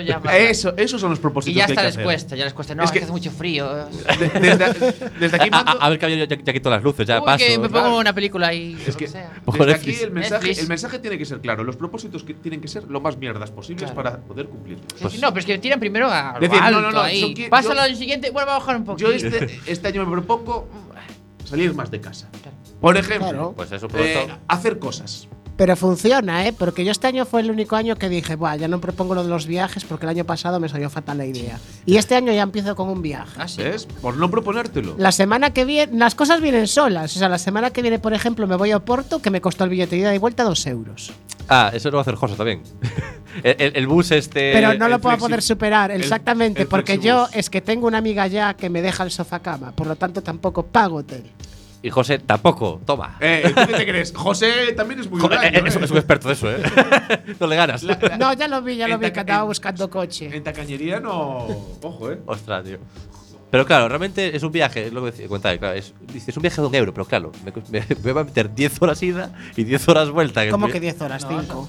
[SPEAKER 7] ya más.
[SPEAKER 5] Eso, esos son los propósitos
[SPEAKER 7] Y ya
[SPEAKER 5] que hay
[SPEAKER 7] está
[SPEAKER 5] que
[SPEAKER 7] les
[SPEAKER 5] hacer.
[SPEAKER 7] cuesta, ya les cuesta. No,
[SPEAKER 5] Es
[SPEAKER 7] es
[SPEAKER 5] que-
[SPEAKER 7] que hace mucho frío.
[SPEAKER 5] De- Desde, desde aquí
[SPEAKER 3] A,
[SPEAKER 5] mando-
[SPEAKER 3] a- a ver, que ya, ya, ya quito las luces, ya
[SPEAKER 7] Uy,
[SPEAKER 3] paso.
[SPEAKER 7] que me
[SPEAKER 3] tal.
[SPEAKER 7] pongo una película ahí.
[SPEAKER 5] Es
[SPEAKER 7] o
[SPEAKER 5] que-
[SPEAKER 7] sea.
[SPEAKER 3] Pongo
[SPEAKER 5] desde aquí
[SPEAKER 3] Netflix.
[SPEAKER 5] el mensaje,
[SPEAKER 7] Netflix.
[SPEAKER 5] el mensaje tiene que ser claro. Los propósitos que tienen que ser lo más mierdas posibles
[SPEAKER 7] Claro.
[SPEAKER 5] para poder cumplirlos.
[SPEAKER 7] Sí, sí, no, pero es que tiran primero a lo
[SPEAKER 5] pues Es decir, no,
[SPEAKER 7] alto
[SPEAKER 5] no, no,
[SPEAKER 7] ahí.
[SPEAKER 5] son que-
[SPEAKER 7] Pásalo
[SPEAKER 5] yo-
[SPEAKER 7] al siguiente, bueno, vamos a bajar un poquito.
[SPEAKER 5] Yo este, este año me propongo mm, salir más de casa. Por ejemplo,
[SPEAKER 4] Claro.
[SPEAKER 3] Pues eso, por
[SPEAKER 5] eh,
[SPEAKER 3] eso.
[SPEAKER 5] hacer cosas.
[SPEAKER 4] Pero funciona, ¿eh? Porque yo este año fue el único año que dije, Buah, ya no propongo lo de los viajes porque el año pasado me salió fatal la idea. Y este año ya empiezo con un viaje.
[SPEAKER 7] Ah, sí.
[SPEAKER 5] ¿Ves? Por no proponértelo.
[SPEAKER 4] La semana que viene, las cosas vienen solas. O sea, la semana que viene, por ejemplo, me voy a Oporto, que me costó el billete de ida y vuelta dos euros.
[SPEAKER 3] Ah, eso lo va a hacer José también. el, el- el bus este.
[SPEAKER 4] Pero no
[SPEAKER 3] el
[SPEAKER 4] lo puedo
[SPEAKER 3] flexi-
[SPEAKER 4] poder superar,
[SPEAKER 5] Eh, el-
[SPEAKER 4] exactamente,
[SPEAKER 5] el
[SPEAKER 4] porque
[SPEAKER 5] flexibus.
[SPEAKER 4] yo es que tengo una amiga ya que me deja el sofá cama, por lo tanto tampoco pago hotel.
[SPEAKER 3] Y José tampoco, toma.
[SPEAKER 5] Eh, ¿tú qué te crees? José también es muy
[SPEAKER 3] Jo- eh, eh,
[SPEAKER 5] huraño,
[SPEAKER 3] es,
[SPEAKER 5] ¿eh?
[SPEAKER 3] es un experto de eso, ¿eh? no le ganas.
[SPEAKER 4] No, ya lo vi, ya lo
[SPEAKER 5] En
[SPEAKER 4] vi,
[SPEAKER 5] taca-
[SPEAKER 4] que andaba
[SPEAKER 5] en-
[SPEAKER 4] buscando coche.
[SPEAKER 5] En tacañería no. Ojo, eh.
[SPEAKER 3] Ostras, tío. Pero claro, realmente es un viaje, es lo que decía, contaba, claro, es, dice, es un viaje de un euro, pero claro, me, cos- me- me va a meter 10 horas ida y 10 horas vuelta. en el
[SPEAKER 4] ¿Cómo
[SPEAKER 3] vi-
[SPEAKER 4] que 10 horas? 5.
[SPEAKER 7] Son cinco.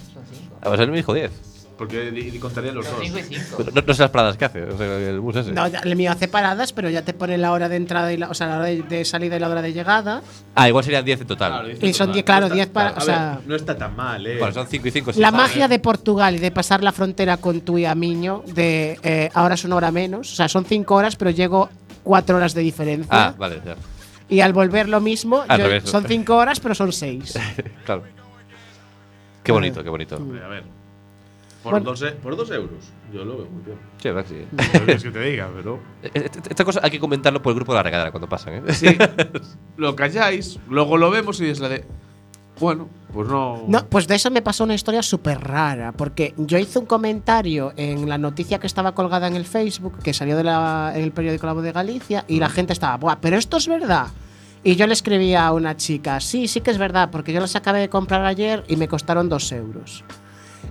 [SPEAKER 3] Ah, pues él me dijo 10.
[SPEAKER 5] Porque di- di- contarían los
[SPEAKER 7] Son
[SPEAKER 5] dos.
[SPEAKER 7] cinco y cinco.
[SPEAKER 3] No, no sé las paradas que hace, o sea, el bus ese.
[SPEAKER 4] No, ya- el mío hace paradas, pero ya te pone la hora de entrada, y la, o sea, la hora de, de salida y la hora de llegada.
[SPEAKER 3] Ah, igual serían 10 en total.
[SPEAKER 5] Claro, dice
[SPEAKER 4] Y son
[SPEAKER 5] total.
[SPEAKER 4] diez, claro,
[SPEAKER 5] No está-
[SPEAKER 4] diez para-
[SPEAKER 5] a
[SPEAKER 4] o sea-
[SPEAKER 5] ver, no está tan mal, eh.
[SPEAKER 3] Bueno, son 5 y 5.
[SPEAKER 4] La magia de Portugal y de pasar la frontera con tu y Amiño, de eh, ahora es una hora menos, o sea, son 5 horas, pero llego 4 horas de diferencia.
[SPEAKER 3] Ah, vale, ya.
[SPEAKER 4] Y al volver lo mismo,
[SPEAKER 3] Al
[SPEAKER 4] yo-
[SPEAKER 3] revés.
[SPEAKER 4] son 5 horas, pero son 6.
[SPEAKER 3] Claro. Qué bonito, qué bonito.
[SPEAKER 4] Mm.
[SPEAKER 5] Hombre, A ver. Por,
[SPEAKER 4] Bueno.
[SPEAKER 5] dos, e- por dos euros. Yo lo veo muy bien.
[SPEAKER 3] Sí, la verdad que sí.
[SPEAKER 5] No es que te diga, pero.
[SPEAKER 3] Eh, eh, Esta cosa hay que comentarlo por el grupo de la regadera cuando pasan, ¿eh?
[SPEAKER 5] Sí. lo calláis, luego lo vemos y es la de. Bueno, pues no.
[SPEAKER 4] No, pues de eso me pasó una historia súper rara, porque yo hice un comentario en la noticia que estaba colgada en el Facebook, que salió de la- en el periódico La Voz de Galicia, y la gente estaba, Buah, pero esto es verdad. Y yo le escribí a una chica, sí, sí que es verdad, porque yo las acabé de comprar ayer y me costaron dos euros.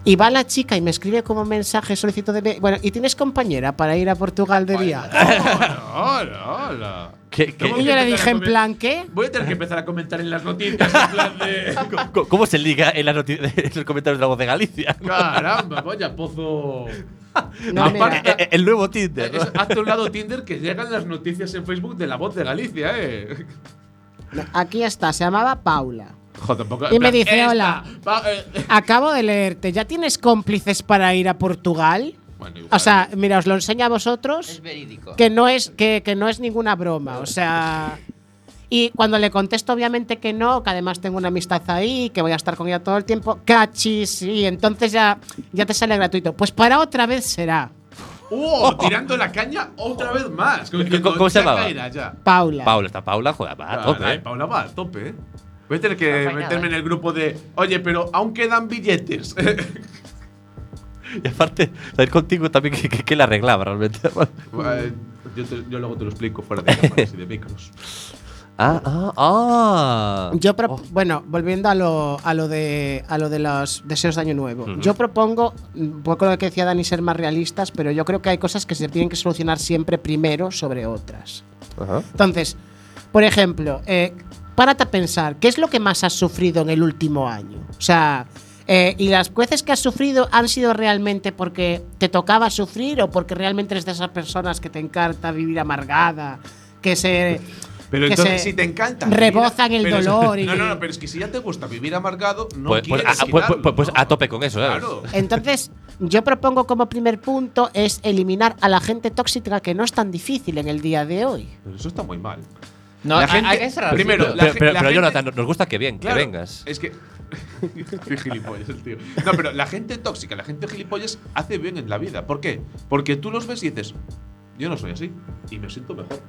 [SPEAKER 4] Y va la chica y me escribe como mensaje, solicito de... vi- Bueno, ¿y tienes compañera para ir a Portugal de viaje?
[SPEAKER 5] Hola, hola.
[SPEAKER 3] ¿Qué- qué-
[SPEAKER 5] Tengo
[SPEAKER 4] Y
[SPEAKER 5] que
[SPEAKER 4] yo le
[SPEAKER 5] empezar
[SPEAKER 4] dije
[SPEAKER 5] a
[SPEAKER 4] en
[SPEAKER 5] comer-
[SPEAKER 4] plan, ¿qué?
[SPEAKER 5] Voy a tener que empezar a comentar en las noticias en plan de.
[SPEAKER 3] ¿Cómo- ¿Cómo se liga en, las noti- en los comentarios de la voz de Galicia?
[SPEAKER 5] Caramba, vaya pozo.
[SPEAKER 4] No, mira.
[SPEAKER 5] Aparte-
[SPEAKER 3] Eh, eh, El nuevo Tinder, ¿no?
[SPEAKER 5] Es- Hazte un lado Tinder que llegan las noticias en Facebook de la voz de Galicia, eh.
[SPEAKER 4] Aquí está, se llamaba Paula.
[SPEAKER 5] Joder, tampoco.
[SPEAKER 4] Y me dice, hola.
[SPEAKER 5] pa- eh,
[SPEAKER 4] Acabo de leerte. ¿Ya tienes cómplices para ir a Portugal?
[SPEAKER 5] Bueno, igual.
[SPEAKER 4] O sea, mira, os lo enseño a
[SPEAKER 7] Es
[SPEAKER 4] vosotros
[SPEAKER 7] verídico.
[SPEAKER 4] que no es, que, que no es ninguna broma. O sea. Y cuando le contesto, obviamente que no, que además tengo una amistad ahí, que voy a estar con ella todo el tiempo. Cachis, y entonces ya, ya te sale gratuito. Pues para otra vez será.
[SPEAKER 5] ¡Oh! Tirando la caña otra vez más. Como diciendo,
[SPEAKER 3] cómo se
[SPEAKER 5] ya
[SPEAKER 3] llamaba?
[SPEAKER 5] caerá, ya.
[SPEAKER 4] Paula.
[SPEAKER 3] Paula, está Paula, joder, va a
[SPEAKER 5] Ah,
[SPEAKER 3] tope,
[SPEAKER 5] ay,
[SPEAKER 3] ¿eh?
[SPEAKER 5] Paula va a tope, eh. Voy a tener que
[SPEAKER 7] No falla nada,
[SPEAKER 5] meterme en
[SPEAKER 7] eh.
[SPEAKER 5] el grupo de. Oye, pero aún quedan billetes.
[SPEAKER 3] Y aparte, salir contigo también que, que- que la arreglaba realmente.
[SPEAKER 5] Eh, yo, te- yo luego te lo explico fuera de cámaras y de micros.
[SPEAKER 3] Ah, ah, ah.
[SPEAKER 4] Yo pro-
[SPEAKER 3] Oh,
[SPEAKER 4] bueno, volviendo a lo, a lo de a lo de los deseos de año nuevo.
[SPEAKER 3] Ujú.
[SPEAKER 4] Yo propongo un poco lo que decía Dani ser más realistas, pero yo creo que hay cosas que se tienen que solucionar siempre primero sobre otras.
[SPEAKER 3] ajá.
[SPEAKER 4] Entonces, por ejemplo, eh, párate a pensar, ¿qué es lo que más has sufrido en el último año? O sea, eh, ¿y las veces que has sufrido han sido realmente porque te tocaba sufrir o porque realmente eres de esas personas que te encanta vivir amargada, que se...
[SPEAKER 5] Pero
[SPEAKER 4] que
[SPEAKER 5] entonces,
[SPEAKER 4] se
[SPEAKER 5] si te encanta.
[SPEAKER 4] rebozan el
[SPEAKER 5] pero-
[SPEAKER 4] dolor y-
[SPEAKER 5] No, no, no, pero es que si ya te gusta vivir amargado, no
[SPEAKER 3] pues, pues,
[SPEAKER 5] quieres.
[SPEAKER 3] a, pues-
[SPEAKER 5] quitarlo,
[SPEAKER 3] pues- pues
[SPEAKER 5] ¿no?
[SPEAKER 3] a tope con eso, ¿sabes?
[SPEAKER 5] Claro.
[SPEAKER 4] Entonces, yo propongo como primer punto es eliminar a la gente tóxica que no es tan difícil en el día de hoy.
[SPEAKER 5] Pero eso está muy mal.
[SPEAKER 7] No,
[SPEAKER 5] La
[SPEAKER 7] hay-
[SPEAKER 5] gente-
[SPEAKER 7] hay que cerrar.
[SPEAKER 5] primero,
[SPEAKER 3] pero,
[SPEAKER 5] la
[SPEAKER 3] pero,
[SPEAKER 5] ge-
[SPEAKER 3] pero-
[SPEAKER 5] la
[SPEAKER 3] pero,
[SPEAKER 5] gente-
[SPEAKER 3] Jonathan, nos gusta que bien,
[SPEAKER 5] Claro,
[SPEAKER 3] que vengas.
[SPEAKER 5] Es que. Qué gilipollas el tío. No, pero la gente tóxica, la gente gilipollas hace bien en la vida. ¿Por qué? Porque tú los ves y dices, yo no soy así. Y me siento mejor.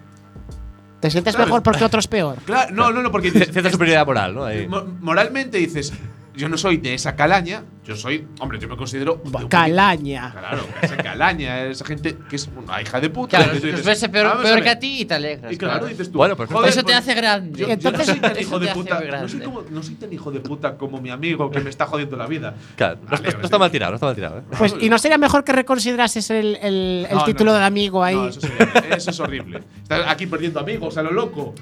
[SPEAKER 4] Te sientes
[SPEAKER 5] ¿Sabes?
[SPEAKER 4] mejor porque otro es peor.
[SPEAKER 5] Claro, no, no, no, porque dices,
[SPEAKER 3] Cierta superioridad moral, ¿no? Ahí.
[SPEAKER 5] mo- moralmente dices, yo no soy de esa calaña, yo soy, hombre, yo me considero. de un
[SPEAKER 4] Calaña.
[SPEAKER 5] Claro, esa calaña, esa gente que es una hija de puta.
[SPEAKER 7] Claro,
[SPEAKER 5] que tú
[SPEAKER 7] los
[SPEAKER 5] dices,
[SPEAKER 7] ves peor,
[SPEAKER 5] "Vamos a
[SPEAKER 7] peor
[SPEAKER 5] ver".
[SPEAKER 7] que a ti y te alegras.
[SPEAKER 5] Y claro, dices tú.
[SPEAKER 3] Bueno, pero-
[SPEAKER 7] Eso te
[SPEAKER 5] pues-
[SPEAKER 7] hace grande.
[SPEAKER 5] Yo, yo no
[SPEAKER 4] Entonces-
[SPEAKER 5] soy tan
[SPEAKER 7] eso
[SPEAKER 5] hijo
[SPEAKER 7] te
[SPEAKER 5] de
[SPEAKER 7] hace
[SPEAKER 5] puta. No
[SPEAKER 7] grande.
[SPEAKER 5] soy, como- no soy tan hijo de puta como mi amigo que me está jodiendo la vida.
[SPEAKER 3] Claro, no,
[SPEAKER 5] Vale,
[SPEAKER 3] no- no
[SPEAKER 5] vale.
[SPEAKER 3] está mal tirado, no está mal tirado. ¿eh?
[SPEAKER 4] Pues, ¿Y no sería mejor que reconsiderases el, el- el
[SPEAKER 5] No,
[SPEAKER 4] título
[SPEAKER 5] no, no.
[SPEAKER 4] de amigo ahí?
[SPEAKER 5] No, eso, sería- eso es horrible. Estás aquí perdiendo amigos a lo loco.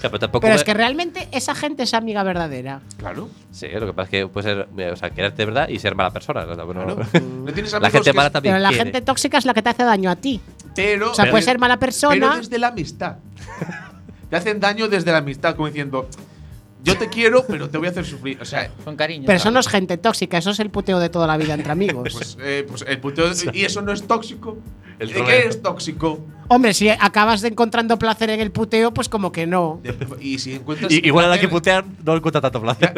[SPEAKER 3] sea, pero tampoco
[SPEAKER 4] Pero es
[SPEAKER 3] me-
[SPEAKER 4] que realmente esa gente es amiga verdadera.
[SPEAKER 5] Claro.
[SPEAKER 3] Sí, lo que pasa es que puede ser, mira, o sea, quererte de verdad y ser mala persona. ¿no? Tampoco-
[SPEAKER 5] claro. No tienes
[SPEAKER 3] La
[SPEAKER 5] amigos
[SPEAKER 3] gente
[SPEAKER 5] que-
[SPEAKER 3] mala también
[SPEAKER 4] Pero la
[SPEAKER 3] quiere.
[SPEAKER 4] gente tóxica es la que te hace daño a ti.
[SPEAKER 5] Pero,
[SPEAKER 4] O sea, puede ser mala
[SPEAKER 5] Pero
[SPEAKER 4] persona.
[SPEAKER 5] desde la amistad. te hacen daño desde la amistad, como diciendo, yo te quiero, pero te voy a hacer sufrir. O sea,
[SPEAKER 7] Con cariño.
[SPEAKER 4] Pero eso no es gente tóxica, eso es el puteo de toda la vida entre amigos.
[SPEAKER 5] pues, eh, pues el punto de- Y eso no es tóxico.
[SPEAKER 3] El
[SPEAKER 5] ¿De
[SPEAKER 3] troleo.
[SPEAKER 5] qué es tóxico?
[SPEAKER 4] Hombre, si acabas de encontrando placer en el puteo, pues como que no.
[SPEAKER 5] De- y si encuentras
[SPEAKER 3] Y- igual a la que
[SPEAKER 5] placer-
[SPEAKER 3] putear no encuentra tanto placer.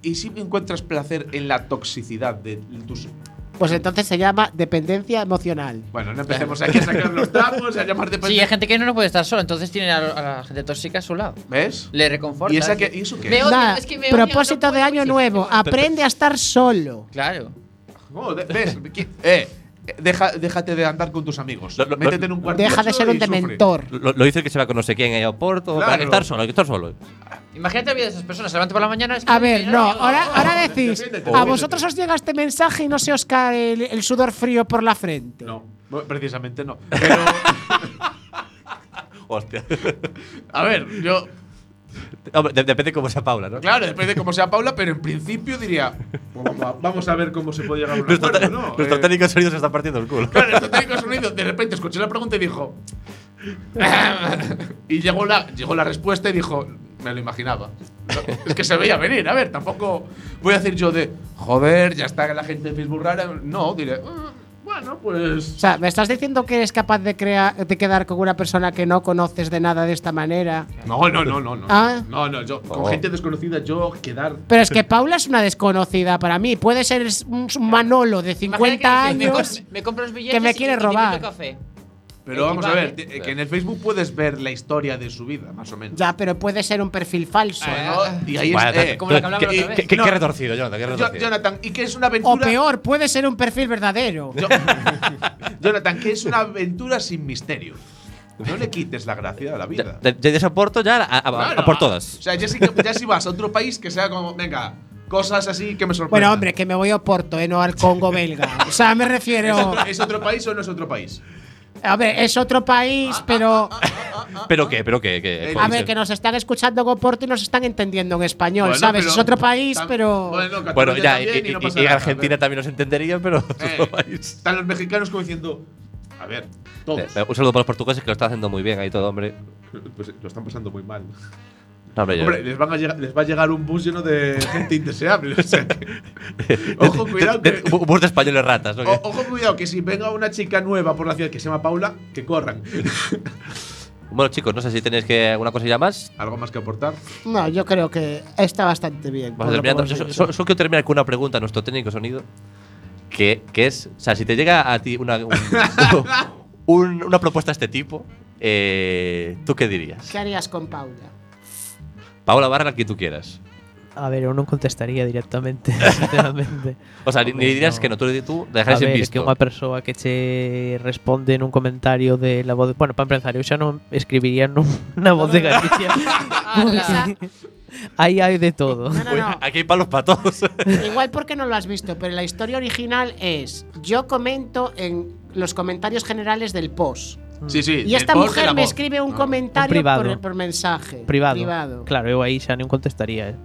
[SPEAKER 5] y, y si encuentras placer en la toxicidad de tus.
[SPEAKER 4] Pues entonces se llama dependencia emocional.
[SPEAKER 5] Bueno, no empecemos aquí a sacar los trapos, a llamar de
[SPEAKER 7] Sí, hay gente que no, no puede estar sola, entonces tiene a, a la gente tóxica a su lado.
[SPEAKER 5] ¿Ves?
[SPEAKER 7] Le reconforta.
[SPEAKER 5] ¿Y, esa que, ¿Y eso qué?
[SPEAKER 7] Me
[SPEAKER 5] es?
[SPEAKER 7] odio,
[SPEAKER 4] Nada,
[SPEAKER 7] es que me odio,
[SPEAKER 4] propósito
[SPEAKER 7] no
[SPEAKER 4] de
[SPEAKER 7] puedo.
[SPEAKER 4] año nuevo, aprende a estar solo.
[SPEAKER 7] Claro.
[SPEAKER 5] Oh, de- ¿Ves? ¿Qué- Eh, deja- déjate de andar con tus amigos.
[SPEAKER 3] Lo- lo-
[SPEAKER 5] Métete
[SPEAKER 3] lo-
[SPEAKER 5] en un cuarto.
[SPEAKER 4] Deja de ser un dementor.
[SPEAKER 3] Lo, lo dice el que se va con no sé quién ahí a Porto.
[SPEAKER 5] Claro.
[SPEAKER 3] Vale, estar solo, hay que estar solo.
[SPEAKER 7] Imagínate la vida de esas personas. Se levanta por la mañana. Es que
[SPEAKER 4] A ver, no,
[SPEAKER 7] quiero-
[SPEAKER 4] ahora, ahora decís,
[SPEAKER 5] Defiéndete,
[SPEAKER 4] a
[SPEAKER 5] defiéndete.
[SPEAKER 4] vosotros os llega este mensaje y no se os cae el, el sudor frío por la frente.
[SPEAKER 5] No, bueno, precisamente no. Pero,
[SPEAKER 3] Hostia.
[SPEAKER 5] a ver, yo.
[SPEAKER 3] Hombre, de- depende cómo sea Paula, ¿no?
[SPEAKER 5] Claro, depende de cómo sea Paula, pero en principio diría. "Bueno, va- Vamos a ver cómo se puede llegar a un
[SPEAKER 3] Nuestro,
[SPEAKER 5] acuerdo,
[SPEAKER 3] te-
[SPEAKER 5] ¿no?
[SPEAKER 3] nuestro
[SPEAKER 5] Eh,
[SPEAKER 3] técnico de sonido se está partiendo el culo.
[SPEAKER 5] Claro, nuestro técnico de sonido, de repente escuché la pregunta y dijo. y llegó la, llegó la respuesta y dijo. Me lo imaginaba. Es que se veía venir, a ver, tampoco voy a decir yo de. Joder, ya está la gente de Facebook rara. No, diré. "Ah, Bueno,
[SPEAKER 4] O
[SPEAKER 5] pues.
[SPEAKER 4] sea, ¿me estás diciendo que eres capaz de, crea- de quedar con una persona que no conoces de nada de esta manera?
[SPEAKER 5] No, no, no, no. No,
[SPEAKER 4] Ah.
[SPEAKER 5] no, no yo, con
[SPEAKER 3] Oh.
[SPEAKER 5] gente desconocida, yo quedar.
[SPEAKER 4] Pero es que Paula es una desconocida para mí. Puede ser es un un Manolo de
[SPEAKER 7] Imagínate
[SPEAKER 4] 50
[SPEAKER 7] que me compro-
[SPEAKER 4] años.
[SPEAKER 7] Me, compro los billetes.
[SPEAKER 4] que me
[SPEAKER 7] y-
[SPEAKER 4] quiere
[SPEAKER 7] y te invito
[SPEAKER 4] robar.
[SPEAKER 7] a café.
[SPEAKER 5] Pero vamos a ver,
[SPEAKER 7] Equivale.
[SPEAKER 5] eh, que en el Facebook puedes ver la historia de su vida, más o menos.
[SPEAKER 4] Ya, pero puede ser un perfil falso.
[SPEAKER 5] Ah, ¿no? Y ahí
[SPEAKER 3] Vale,
[SPEAKER 5] es. eh,
[SPEAKER 7] como la que hablamos
[SPEAKER 5] y-
[SPEAKER 7] otra vez.
[SPEAKER 3] ¿Qué, qué-
[SPEAKER 5] no,
[SPEAKER 3] qué retorcido, Jonathan, qué
[SPEAKER 5] Jo-
[SPEAKER 3] retorcido.
[SPEAKER 5] Jonathan, ¿y qué es una
[SPEAKER 4] O
[SPEAKER 5] aventura?
[SPEAKER 4] peor, puede ser un perfil verdadero.
[SPEAKER 5] Jo- Jonathan, que es una aventura sin misterio. No le quites la gracia a la vida.
[SPEAKER 3] Ya- ya- ya a Porto ya a, a-
[SPEAKER 5] Claro.
[SPEAKER 3] a por
[SPEAKER 5] O
[SPEAKER 3] todas.
[SPEAKER 5] sea, ya si, que- ya si vas a otro país que sea como, venga, cosas así que me sorprenden.
[SPEAKER 4] Bueno, hombre, que me voy a Oporto, eh, no al Congo belga. O sea, me
[SPEAKER 5] ¿Es
[SPEAKER 4] refiero.
[SPEAKER 5] otro, es otro país o no es otro país?
[SPEAKER 4] A ver, es otro país, pero.
[SPEAKER 3] ¿Pero qué? ¿Pero qué? qué?
[SPEAKER 5] Eh,
[SPEAKER 4] A
[SPEAKER 3] ¿Cómo
[SPEAKER 4] ver,
[SPEAKER 3] dice?
[SPEAKER 4] que nos están escuchando en Oporto y nos están entendiendo en español,
[SPEAKER 5] Bueno,
[SPEAKER 4] ¿sabes?
[SPEAKER 5] pero-
[SPEAKER 4] es otro país,
[SPEAKER 5] tam-
[SPEAKER 4] pero.
[SPEAKER 5] Bueno, Cataluña
[SPEAKER 3] Bueno, ya, y,
[SPEAKER 5] también,
[SPEAKER 3] y-
[SPEAKER 5] no
[SPEAKER 3] y-
[SPEAKER 5] pasa
[SPEAKER 3] y
[SPEAKER 5] nada,
[SPEAKER 3] Argentina
[SPEAKER 5] pero-
[SPEAKER 3] también nos entendería, pero. otro
[SPEAKER 5] Eh,
[SPEAKER 3] país.
[SPEAKER 5] están los mexicanos como diciendo, a ver, todos.
[SPEAKER 3] Eh, Un saludo para los portugueses que lo están haciendo muy bien ahí todo, hombre.
[SPEAKER 5] Pues lo están pasando muy mal.
[SPEAKER 3] No, hombre, yo-
[SPEAKER 5] Hombre, les, van a llegar- les va a llegar un bus lleno de gente indeseable. o sea que- ojo, cuidado
[SPEAKER 3] de-
[SPEAKER 5] que,
[SPEAKER 3] de- un bus de españoles ratas, ¿no?
[SPEAKER 5] o- ojo, cuidado que si venga una chica nueva por la ciudad que se llama Paula, que corran.
[SPEAKER 3] Bueno, chicos, no sé si tenéis que alguna cosilla más.
[SPEAKER 5] ¿Algo más que aportar?
[SPEAKER 4] No, yo creo que está bastante bien.
[SPEAKER 3] Vamos
[SPEAKER 4] por lo que
[SPEAKER 3] terminando.
[SPEAKER 4] hemos
[SPEAKER 3] Yo so-
[SPEAKER 4] dicho.
[SPEAKER 3] so- solo quiero terminar con una pregunta a nuestro técnico de sonido. Que, que es, o sea, si te llega a ti una, un- un- una propuesta de este tipo, eh, ¿tú qué dirías?
[SPEAKER 4] ¿Qué harías con Paula?
[SPEAKER 3] Paola Barra, la que tú quieras.
[SPEAKER 6] A ver, yo no contestaría directamente, sinceramente.
[SPEAKER 3] O sea, ni,
[SPEAKER 6] Hombre,
[SPEAKER 3] ni dirías
[SPEAKER 6] no.
[SPEAKER 3] que no, tú, tú
[SPEAKER 6] A
[SPEAKER 3] dejarías en
[SPEAKER 6] ver, que
[SPEAKER 3] visto.
[SPEAKER 6] unha persoa que che responde nun comentario de la voz... Bueno, para empezar, eu xa non escribiría nun, na voz de Galicia.
[SPEAKER 7] Ala.
[SPEAKER 6] Aí hai de todo.
[SPEAKER 4] No, no,
[SPEAKER 3] Uy,
[SPEAKER 4] no.
[SPEAKER 3] Aquí hay palos para todos.
[SPEAKER 4] Igual porque no lo has visto, pero la historia original es: yo comento en los comentarios generales del post.
[SPEAKER 5] Sí, sí.
[SPEAKER 4] Y esta mujer me escribe
[SPEAKER 5] Ah.
[SPEAKER 4] un comentario
[SPEAKER 6] Un privado.
[SPEAKER 4] por, por mensaje.
[SPEAKER 6] Privado. Claro, eu aí xa non contestaría. eh.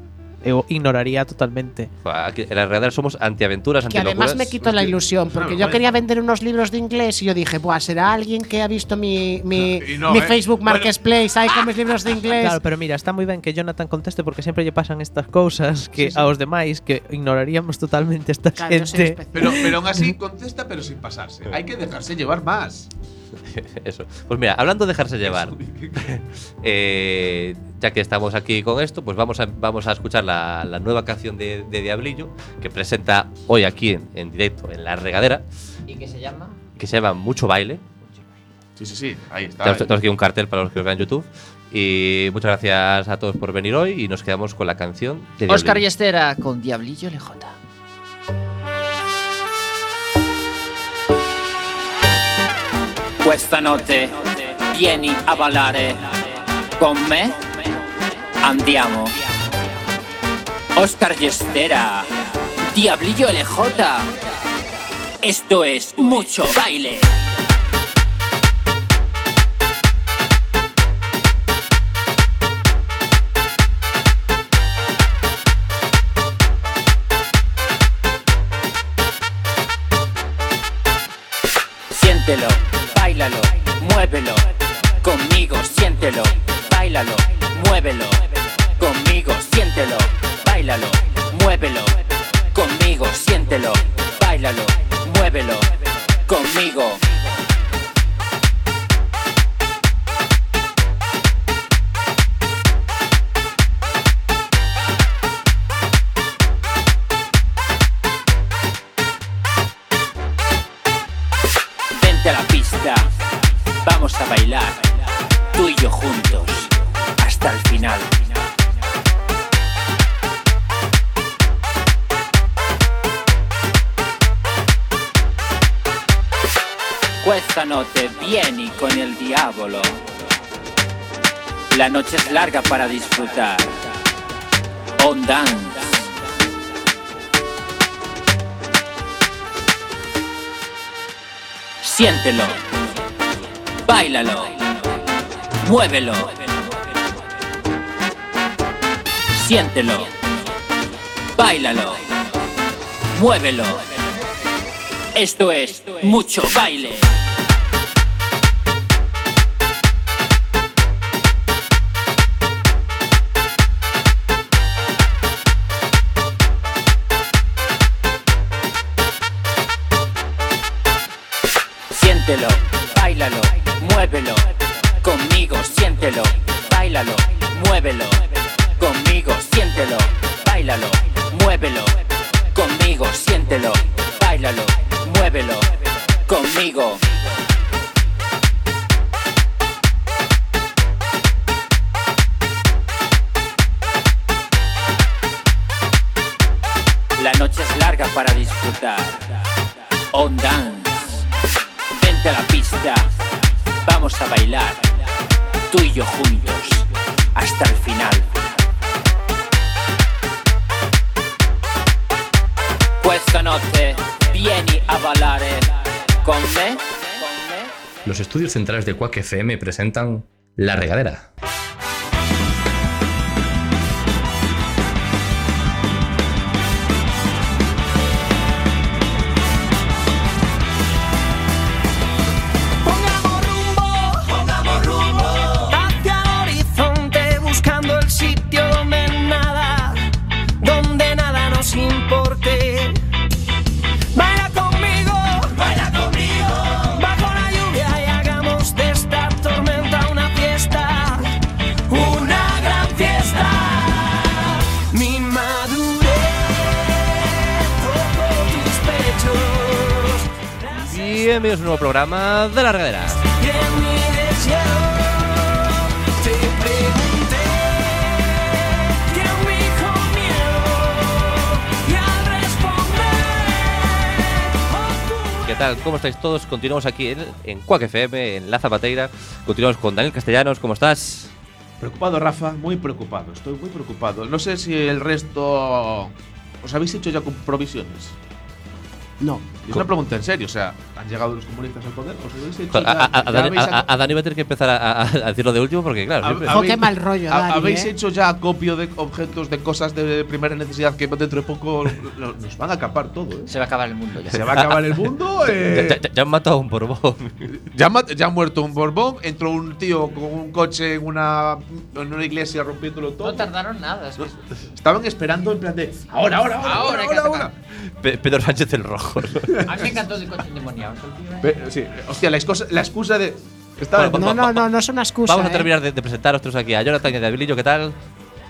[SPEAKER 6] Eu ignoraría totalmente.
[SPEAKER 3] Aquí, en la realidad somos antiaventuras,
[SPEAKER 4] Que
[SPEAKER 3] antilocuras.
[SPEAKER 4] además me quitó la ilusión, porque
[SPEAKER 5] Claro, eh.
[SPEAKER 4] yo
[SPEAKER 5] vale.
[SPEAKER 4] quería vender unos libros de inglés y yo dije, Buah, será alguien que ha visto mi, mi,
[SPEAKER 5] Y no,
[SPEAKER 4] mi
[SPEAKER 5] ¿eh?
[SPEAKER 4] Facebook
[SPEAKER 5] Bueno.
[SPEAKER 4] Marketplace ahí con mis libros de inglés.
[SPEAKER 6] Claro, pero mira, está moi ben que Jonathan conteste porque sempre lle pasan estas cousas que aos demais que ignoraríamos totalmente esta
[SPEAKER 4] Claro, yo soy
[SPEAKER 6] xente.
[SPEAKER 4] especial.
[SPEAKER 5] Pero, pero aún así contesta, pero sin pasarse. Hay que dejarse llevar más.
[SPEAKER 3] Eso. Pues mira, hablando de dejarse llevar, eh, ya que estamos aquí con esto, pues vamos a, vamos a escuchar la, la nueva canción de, de Diablillo que presenta hoy aquí en, en directo en La Regadera,
[SPEAKER 7] ¿Y qué se llama?
[SPEAKER 3] que se llama Mucho Baile.
[SPEAKER 5] Sí, sí, sí. Ahí está.
[SPEAKER 3] Tenemos, tenemos aquí un cartel para los que os vean en YouTube. Y muchas gracias a todos por venir hoy y nos quedamos con la canción de
[SPEAKER 7] Oscar
[SPEAKER 3] Diablillo.
[SPEAKER 7] Ballestera con Diablillo LJ.
[SPEAKER 8] Questa notte vieni a ballare con me. Andiamo. Oscar Yestera, Diablillo LJ. Esto es mucho baile. siéntelo, bailalo, muévelo. Conmigo, siéntelo, bailalo, muévelo. Conmigo, siéntelo, bailalo, muévelo. Conmigo, siéntelo, bailalo, muévelo. Conmigo. Vente a la pista, vamos a bailar, tú y yo juntos, hasta el final. Cuesta noche bien y con el diablo. La noche es larga para disfrutar. On dance. Siéntelo. Báilalo. Muévelo. Siéntelo. Báilalo. Muévelo. Esto es mucho baile. Siéntelo, bailalo, muévelo. Conmigo, siéntelo, bailalo, muévelo. Conmigo, siéntelo, bailalo, muévelo. Conmigo, siéntelo, bailalo, muévelo. Conmigo. La noche es larga para disfrutar. On dance. Vente a la pista, vamos a bailar, tú y yo juntos, hasta el final. Questa noche vieni a ballare con me.
[SPEAKER 1] Los estudios centrales de Quack FM presentan La Regadera.
[SPEAKER 2] Pongamos rumbo, pongamos rumbo hacia el horizonte buscando el sitio donde nada, donde nada nos importe. Baila conmigo, baila conmigo bajo la lluvia y hagamos de esta tormenta una fiesta, una gran fiesta. Mi madurez tocó tus pechos.
[SPEAKER 3] Bienvenidos a un nuevo programa de la regadera.
[SPEAKER 2] Y en mi deseo te pregunté que me dijo miedo y al responder
[SPEAKER 3] ¿Qué tal? ¿Cómo estáis todos? Continuamos aquí en, en Quack FM, en La Zapateira. Continuamos con Daniel Castellanos. ¿Cómo estás?
[SPEAKER 5] Preocupado, Rafa, muy preocupado. Estoy muy preocupado. No sé si el resto. ¿Os habéis hecho ya con provisiones?
[SPEAKER 4] No.
[SPEAKER 5] Es una pregunta en serio, o sea, ¿han llegado los comunistas al poder? ¿Os habéis hecho
[SPEAKER 3] A,
[SPEAKER 5] ya-
[SPEAKER 3] a- a-
[SPEAKER 5] ya
[SPEAKER 3] a Dani,
[SPEAKER 5] habéis
[SPEAKER 3] a-
[SPEAKER 5] ac-
[SPEAKER 3] a- a Dani va a tener que empezar a, a- a decir lo de último porque, claro,
[SPEAKER 5] Hab-
[SPEAKER 3] siempre-
[SPEAKER 4] hab- Jo, qué mal rollo,
[SPEAKER 5] ha-
[SPEAKER 4] Dani,
[SPEAKER 5] ¿Habéis
[SPEAKER 4] eh.
[SPEAKER 5] hecho ya acopio de objetos, de cosas de primera necesidad que dentro de poco lo- nos van a acampar todo? ¿eh?
[SPEAKER 7] Se va a acabar el mundo ya.
[SPEAKER 5] Se va a acabar el mundo. eh,
[SPEAKER 3] ya, ya- ya han matado a un borbón.
[SPEAKER 5] ya, ma- ya ha muerto un Borbón, entró un tío con un coche en una, en una iglesia rompiéndolo todo.
[SPEAKER 7] No tardaron nada. es que-
[SPEAKER 5] Estaban esperando en plan de ahora, ahora, ahora,
[SPEAKER 7] Ahora
[SPEAKER 5] ahora,
[SPEAKER 7] hay que
[SPEAKER 5] ahora,
[SPEAKER 7] atacar.
[SPEAKER 5] ahora".
[SPEAKER 3] Pe- Pedro Sánchez el Rojo. ¿no?
[SPEAKER 7] A mí me encantó el coche endemoniado. es el tío, ¿eh?
[SPEAKER 5] Pe- sí, hostia, la excusa, la excusa de estaba
[SPEAKER 3] Bueno,
[SPEAKER 4] pues No, no, no, no es una excusa.
[SPEAKER 3] Vamos a
[SPEAKER 4] eh.
[SPEAKER 3] terminar de, de presentar a nosotros aquí a Jonathan y a Davilillo. ¿Qué tal?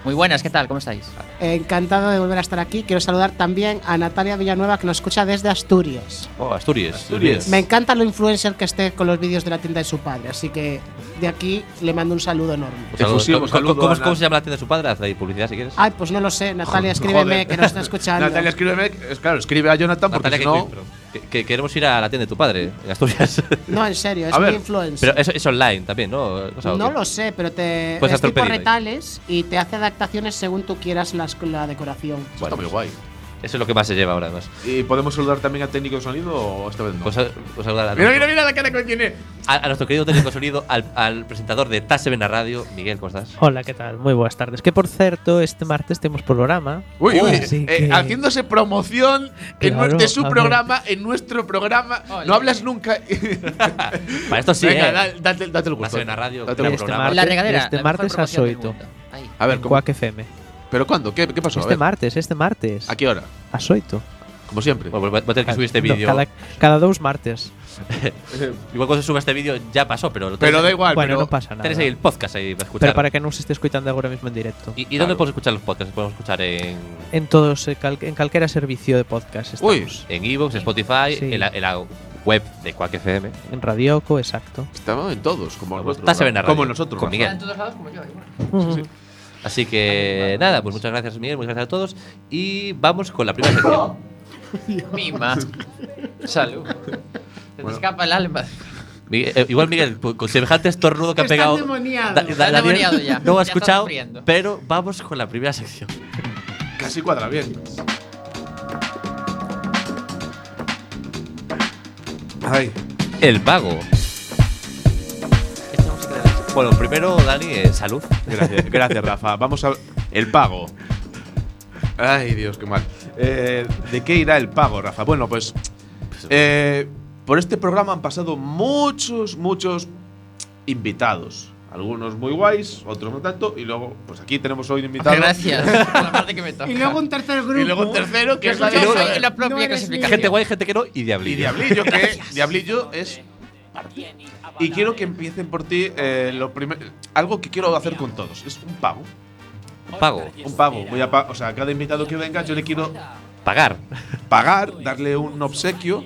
[SPEAKER 7] Muy buenas, ¿qué tal? ¿Cómo estáis?
[SPEAKER 4] Encantado de volver a estar aquí. Quiero saludar también a Natalia Villanueva que nos escucha desde Asturias.
[SPEAKER 3] Oh, Asturias.
[SPEAKER 5] Asturias.
[SPEAKER 4] Me encanta lo influencer que esté con los vídeos de la tienda de su padre, así que de aquí le mando un saludo enorme.
[SPEAKER 3] Un saludo.
[SPEAKER 5] Efusivo,
[SPEAKER 3] ¿Cómo-
[SPEAKER 5] saludo,
[SPEAKER 3] cómo- ¿Cómo,
[SPEAKER 5] Ana.
[SPEAKER 3] cómo se llama la tienda de su padre? Haz ahí publicidad si quieres.
[SPEAKER 4] Ay, pues no lo sé, Natalia, escríbeme
[SPEAKER 5] Joder.
[SPEAKER 4] que nos está escuchando.
[SPEAKER 5] Natalia, escríbeme. es- Claro, escribe a Jonathan porque
[SPEAKER 3] Natalia,
[SPEAKER 5] si
[SPEAKER 3] que-
[SPEAKER 5] no.
[SPEAKER 3] que, que queremos ir a la tienda de tu padre en Asturias.
[SPEAKER 4] No, en serio, es
[SPEAKER 5] A
[SPEAKER 4] mi
[SPEAKER 5] ver,
[SPEAKER 4] influencer.
[SPEAKER 3] Pero eso es online también, ¿no? O sea,
[SPEAKER 4] no
[SPEAKER 3] que-
[SPEAKER 4] lo sé, pero te
[SPEAKER 3] Puedes
[SPEAKER 4] es
[SPEAKER 3] hacer
[SPEAKER 4] tipo
[SPEAKER 3] pedido ahí.
[SPEAKER 4] retales y te hace adaptaciones según tú quieras las- la decoración.
[SPEAKER 5] Está muy guay.
[SPEAKER 3] Eso es lo que más se lleva ahora, además.
[SPEAKER 5] ¿Y podemos saludar también al técnico de sonido o esta vez no?
[SPEAKER 3] Pues, a- pues ahora a,
[SPEAKER 5] mira, mira, mira la cara que tiene.
[SPEAKER 3] a- a nuestro querido técnico de sonido, al, al presentador de TASEBEN la Radio, Miguel, ¿cómo estás?
[SPEAKER 6] Hola, ¿qué tal? Muy buenas tardes. Que por cierto, este martes tenemos programa.
[SPEAKER 5] Uy, uy,
[SPEAKER 6] Así
[SPEAKER 5] eh,
[SPEAKER 6] que-
[SPEAKER 5] haciéndose promoción en
[SPEAKER 6] Claro,
[SPEAKER 5] nue- de su
[SPEAKER 6] a ver.
[SPEAKER 5] programa, en nuestro programa. No hablas nunca.
[SPEAKER 3] Para esto sí,
[SPEAKER 5] Venga,
[SPEAKER 3] eh.
[SPEAKER 5] da- date, date el gusto.
[SPEAKER 3] TASEBEN la Radio,
[SPEAKER 5] Date
[SPEAKER 3] gran
[SPEAKER 5] el
[SPEAKER 6] Este
[SPEAKER 3] programa.
[SPEAKER 6] mar-
[SPEAKER 7] La regadera.
[SPEAKER 6] Este
[SPEAKER 7] la mejor
[SPEAKER 6] martes a
[SPEAKER 7] promoción del
[SPEAKER 6] oito.
[SPEAKER 7] mundo. Ahí.
[SPEAKER 5] A ver,
[SPEAKER 6] en
[SPEAKER 5] ¿cómo-
[SPEAKER 6] Quack FM.
[SPEAKER 5] ¿pero cuándo? ¿Qué, qué pasó? A
[SPEAKER 6] Este
[SPEAKER 5] ver,
[SPEAKER 6] martes, este martes.
[SPEAKER 5] ¿A qué hora?
[SPEAKER 6] A soito.
[SPEAKER 5] Como siempre.
[SPEAKER 3] Bueno, pues voy a tener que subir este vídeo.
[SPEAKER 6] Cada, cada dos martes.
[SPEAKER 3] Igual cuando se suba este vídeo ya pasó, pero lo
[SPEAKER 5] Pero da
[SPEAKER 3] tenéis-
[SPEAKER 5] igual.
[SPEAKER 6] bueno,
[SPEAKER 5] pero
[SPEAKER 6] no pasa nada.
[SPEAKER 3] tenéis ahí el podcast ahí para escuchar.
[SPEAKER 6] Pero para que non se este escoitando agora mesmo en directo.
[SPEAKER 3] ¿Y, y dónde podemos escuchar los podcasts? Podemos escuchar en
[SPEAKER 6] En todos, eh, cal- en calquera servicio de podcast
[SPEAKER 5] Uy.
[SPEAKER 6] estamos.
[SPEAKER 3] en Evox, en Spotify,
[SPEAKER 6] Sí.
[SPEAKER 3] en, la, en la web de Quack FM.
[SPEAKER 6] En Radioco, exacto.
[SPEAKER 5] Estamos en todos, como,
[SPEAKER 3] Nos
[SPEAKER 5] nosotros,
[SPEAKER 3] gusta Seven
[SPEAKER 5] ¿no?
[SPEAKER 3] Radio.
[SPEAKER 5] como nosotros.
[SPEAKER 3] Con
[SPEAKER 5] ¿no?
[SPEAKER 7] Está
[SPEAKER 3] Miguel.
[SPEAKER 7] en todos lados como yo. ahí, bueno.
[SPEAKER 3] Así que nada, pues muchas gracias Miguel, muchas gracias a todos y vamos con la primera sección.
[SPEAKER 7] Mima. Salud. Se te escapa el alma.
[SPEAKER 3] Miguel- eh, igual Miguel, pues, con semejante estornudo que ha
[SPEAKER 4] Está
[SPEAKER 3] pegado.
[SPEAKER 4] endemoniado.
[SPEAKER 7] Está
[SPEAKER 3] Daniel
[SPEAKER 7] endemoniado ya.
[SPEAKER 3] No
[SPEAKER 7] Ya
[SPEAKER 3] ha
[SPEAKER 7] está
[SPEAKER 3] escuchado,
[SPEAKER 7] sufriendo.
[SPEAKER 3] pero vamos con la primera sección.
[SPEAKER 5] Casi cuadra bien. Ay.
[SPEAKER 3] El pago. Bueno, primero Dani, eh, salud.
[SPEAKER 5] Gracias, gracias, Rafa. Vamos a. El pago. Ay, Dios, qué mal. Eh, ¿De qué irá el pago, Rafa? Bueno, pues. eh, por este programa han pasado muchos, muchos invitados. Algunos muy guays, otros no tanto. Y luego, pues aquí tenemos hoy un invitado.
[SPEAKER 7] Gracias. por la parte que me toca.
[SPEAKER 4] Y luego un tercer grupo.
[SPEAKER 5] Y luego un tercero, que es la de
[SPEAKER 7] Yo soy la
[SPEAKER 4] No
[SPEAKER 7] propia
[SPEAKER 4] eres
[SPEAKER 7] clasificación.
[SPEAKER 3] Gente guay, gente que no y
[SPEAKER 5] Y
[SPEAKER 3] diablillo.
[SPEAKER 5] Diablillo, que Diablillo es. Y quiero que empiecen por ti eh, lo primer- algo que quiero hacer con todos. Es un pago.
[SPEAKER 3] Pago.
[SPEAKER 5] Un pago. Voy a pa- o sea, a cada invitado que venga, yo le quiero
[SPEAKER 3] Pagar.
[SPEAKER 5] pagar, darle un obsequio.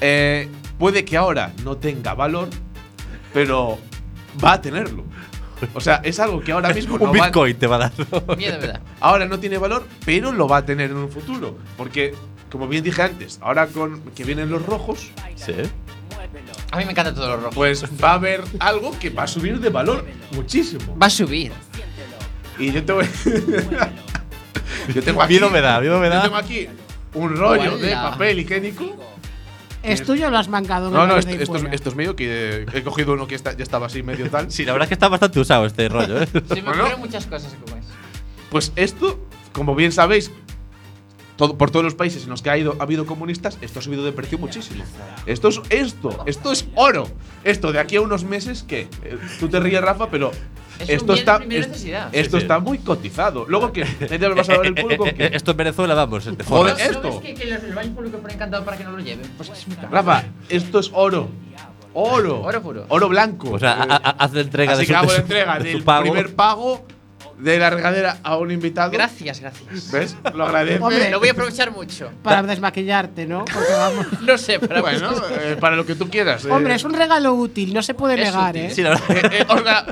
[SPEAKER 5] Eh, puede que ahora no tenga valor, pero va a tenerlo. O sea, es algo que ahora mismo no
[SPEAKER 3] Un
[SPEAKER 5] va-
[SPEAKER 3] Bitcoin te va a dar.
[SPEAKER 7] Miedo, ¿verdad?
[SPEAKER 5] ahora no tiene valor, pero lo va a tener en un futuro. Porque, como bien dije antes, ahora con que vienen los rojos,
[SPEAKER 3] Sí.
[SPEAKER 7] A mí me encanta todo lo rojo.
[SPEAKER 5] pues va a haber algo que va a subir de valor muchísimo.
[SPEAKER 7] Va a subir.
[SPEAKER 5] Y yo tengo. yo tengo aquí.
[SPEAKER 3] Miedo me da, miedo me
[SPEAKER 5] Yo
[SPEAKER 3] da.
[SPEAKER 5] tengo aquí un rollo de
[SPEAKER 7] Hola.
[SPEAKER 5] papel higiénico.
[SPEAKER 4] ¿Es tuyo o lo has mangado? en
[SPEAKER 5] No,
[SPEAKER 4] el
[SPEAKER 5] no,
[SPEAKER 4] bar
[SPEAKER 5] esto,
[SPEAKER 4] de ahí
[SPEAKER 5] esto es,
[SPEAKER 4] fuera?
[SPEAKER 5] esto es mío, que he cogido uno que está- ya estaba así medio tal.
[SPEAKER 3] Sí, la verdad es que está bastante usado este rollo, ¿eh?
[SPEAKER 7] Se me
[SPEAKER 5] Bueno.
[SPEAKER 7] ocurren muchas cosas como es.
[SPEAKER 5] Pues esto, como bien sabéis, todo- por todos los países en los que ha, ido, ha habido comunistas, esto ha subido de precio muchísimo. Esto es esto, esto es oro. Esto de aquí a unos meses que tú te ríes, Rafa, pero
[SPEAKER 7] Es un
[SPEAKER 5] esto
[SPEAKER 7] bien de
[SPEAKER 5] está
[SPEAKER 7] primera
[SPEAKER 5] es-
[SPEAKER 7] necesidad.
[SPEAKER 5] esto
[SPEAKER 3] Sí, sí.
[SPEAKER 5] está muy cotizado. Luego que te vas a dar el culo con
[SPEAKER 3] Eh, eh, eh,
[SPEAKER 5] que
[SPEAKER 3] Esto en Venezuela, vamos. te
[SPEAKER 5] Joder,
[SPEAKER 3] forras.
[SPEAKER 5] eh.
[SPEAKER 7] ¿No
[SPEAKER 5] esto.
[SPEAKER 7] ves que, que los del baño público ponen encantado para que no lo lleven? Pues es muy caro.
[SPEAKER 5] Rafa, esto es oro. Oro.
[SPEAKER 7] Oro puro.
[SPEAKER 5] Oro blanco.
[SPEAKER 3] O sea,
[SPEAKER 5] Eh,
[SPEAKER 3] ha- ha- haz la entrega
[SPEAKER 5] así
[SPEAKER 3] de su,
[SPEAKER 5] que hago
[SPEAKER 3] de
[SPEAKER 5] la
[SPEAKER 3] su-
[SPEAKER 5] entrega
[SPEAKER 3] de su
[SPEAKER 5] del
[SPEAKER 3] pago.
[SPEAKER 5] primer pago de la regadera a un invitado.
[SPEAKER 7] Gracias, gracias.
[SPEAKER 5] ¿Ves? Lo agradezco.
[SPEAKER 4] Hombre,
[SPEAKER 7] Lo voy a aprovechar mucho.
[SPEAKER 4] Para desmaquillarte, ¿no? Porque vamos.
[SPEAKER 7] No sé, para
[SPEAKER 5] Bueno, eh, para lo que tú quieras. eh.
[SPEAKER 4] Hombre, es un regalo útil, no se puede
[SPEAKER 7] Es
[SPEAKER 4] negar,
[SPEAKER 7] útil,
[SPEAKER 4] ¿eh?
[SPEAKER 3] Sí, la verdad.
[SPEAKER 5] Eh, eh, o sea,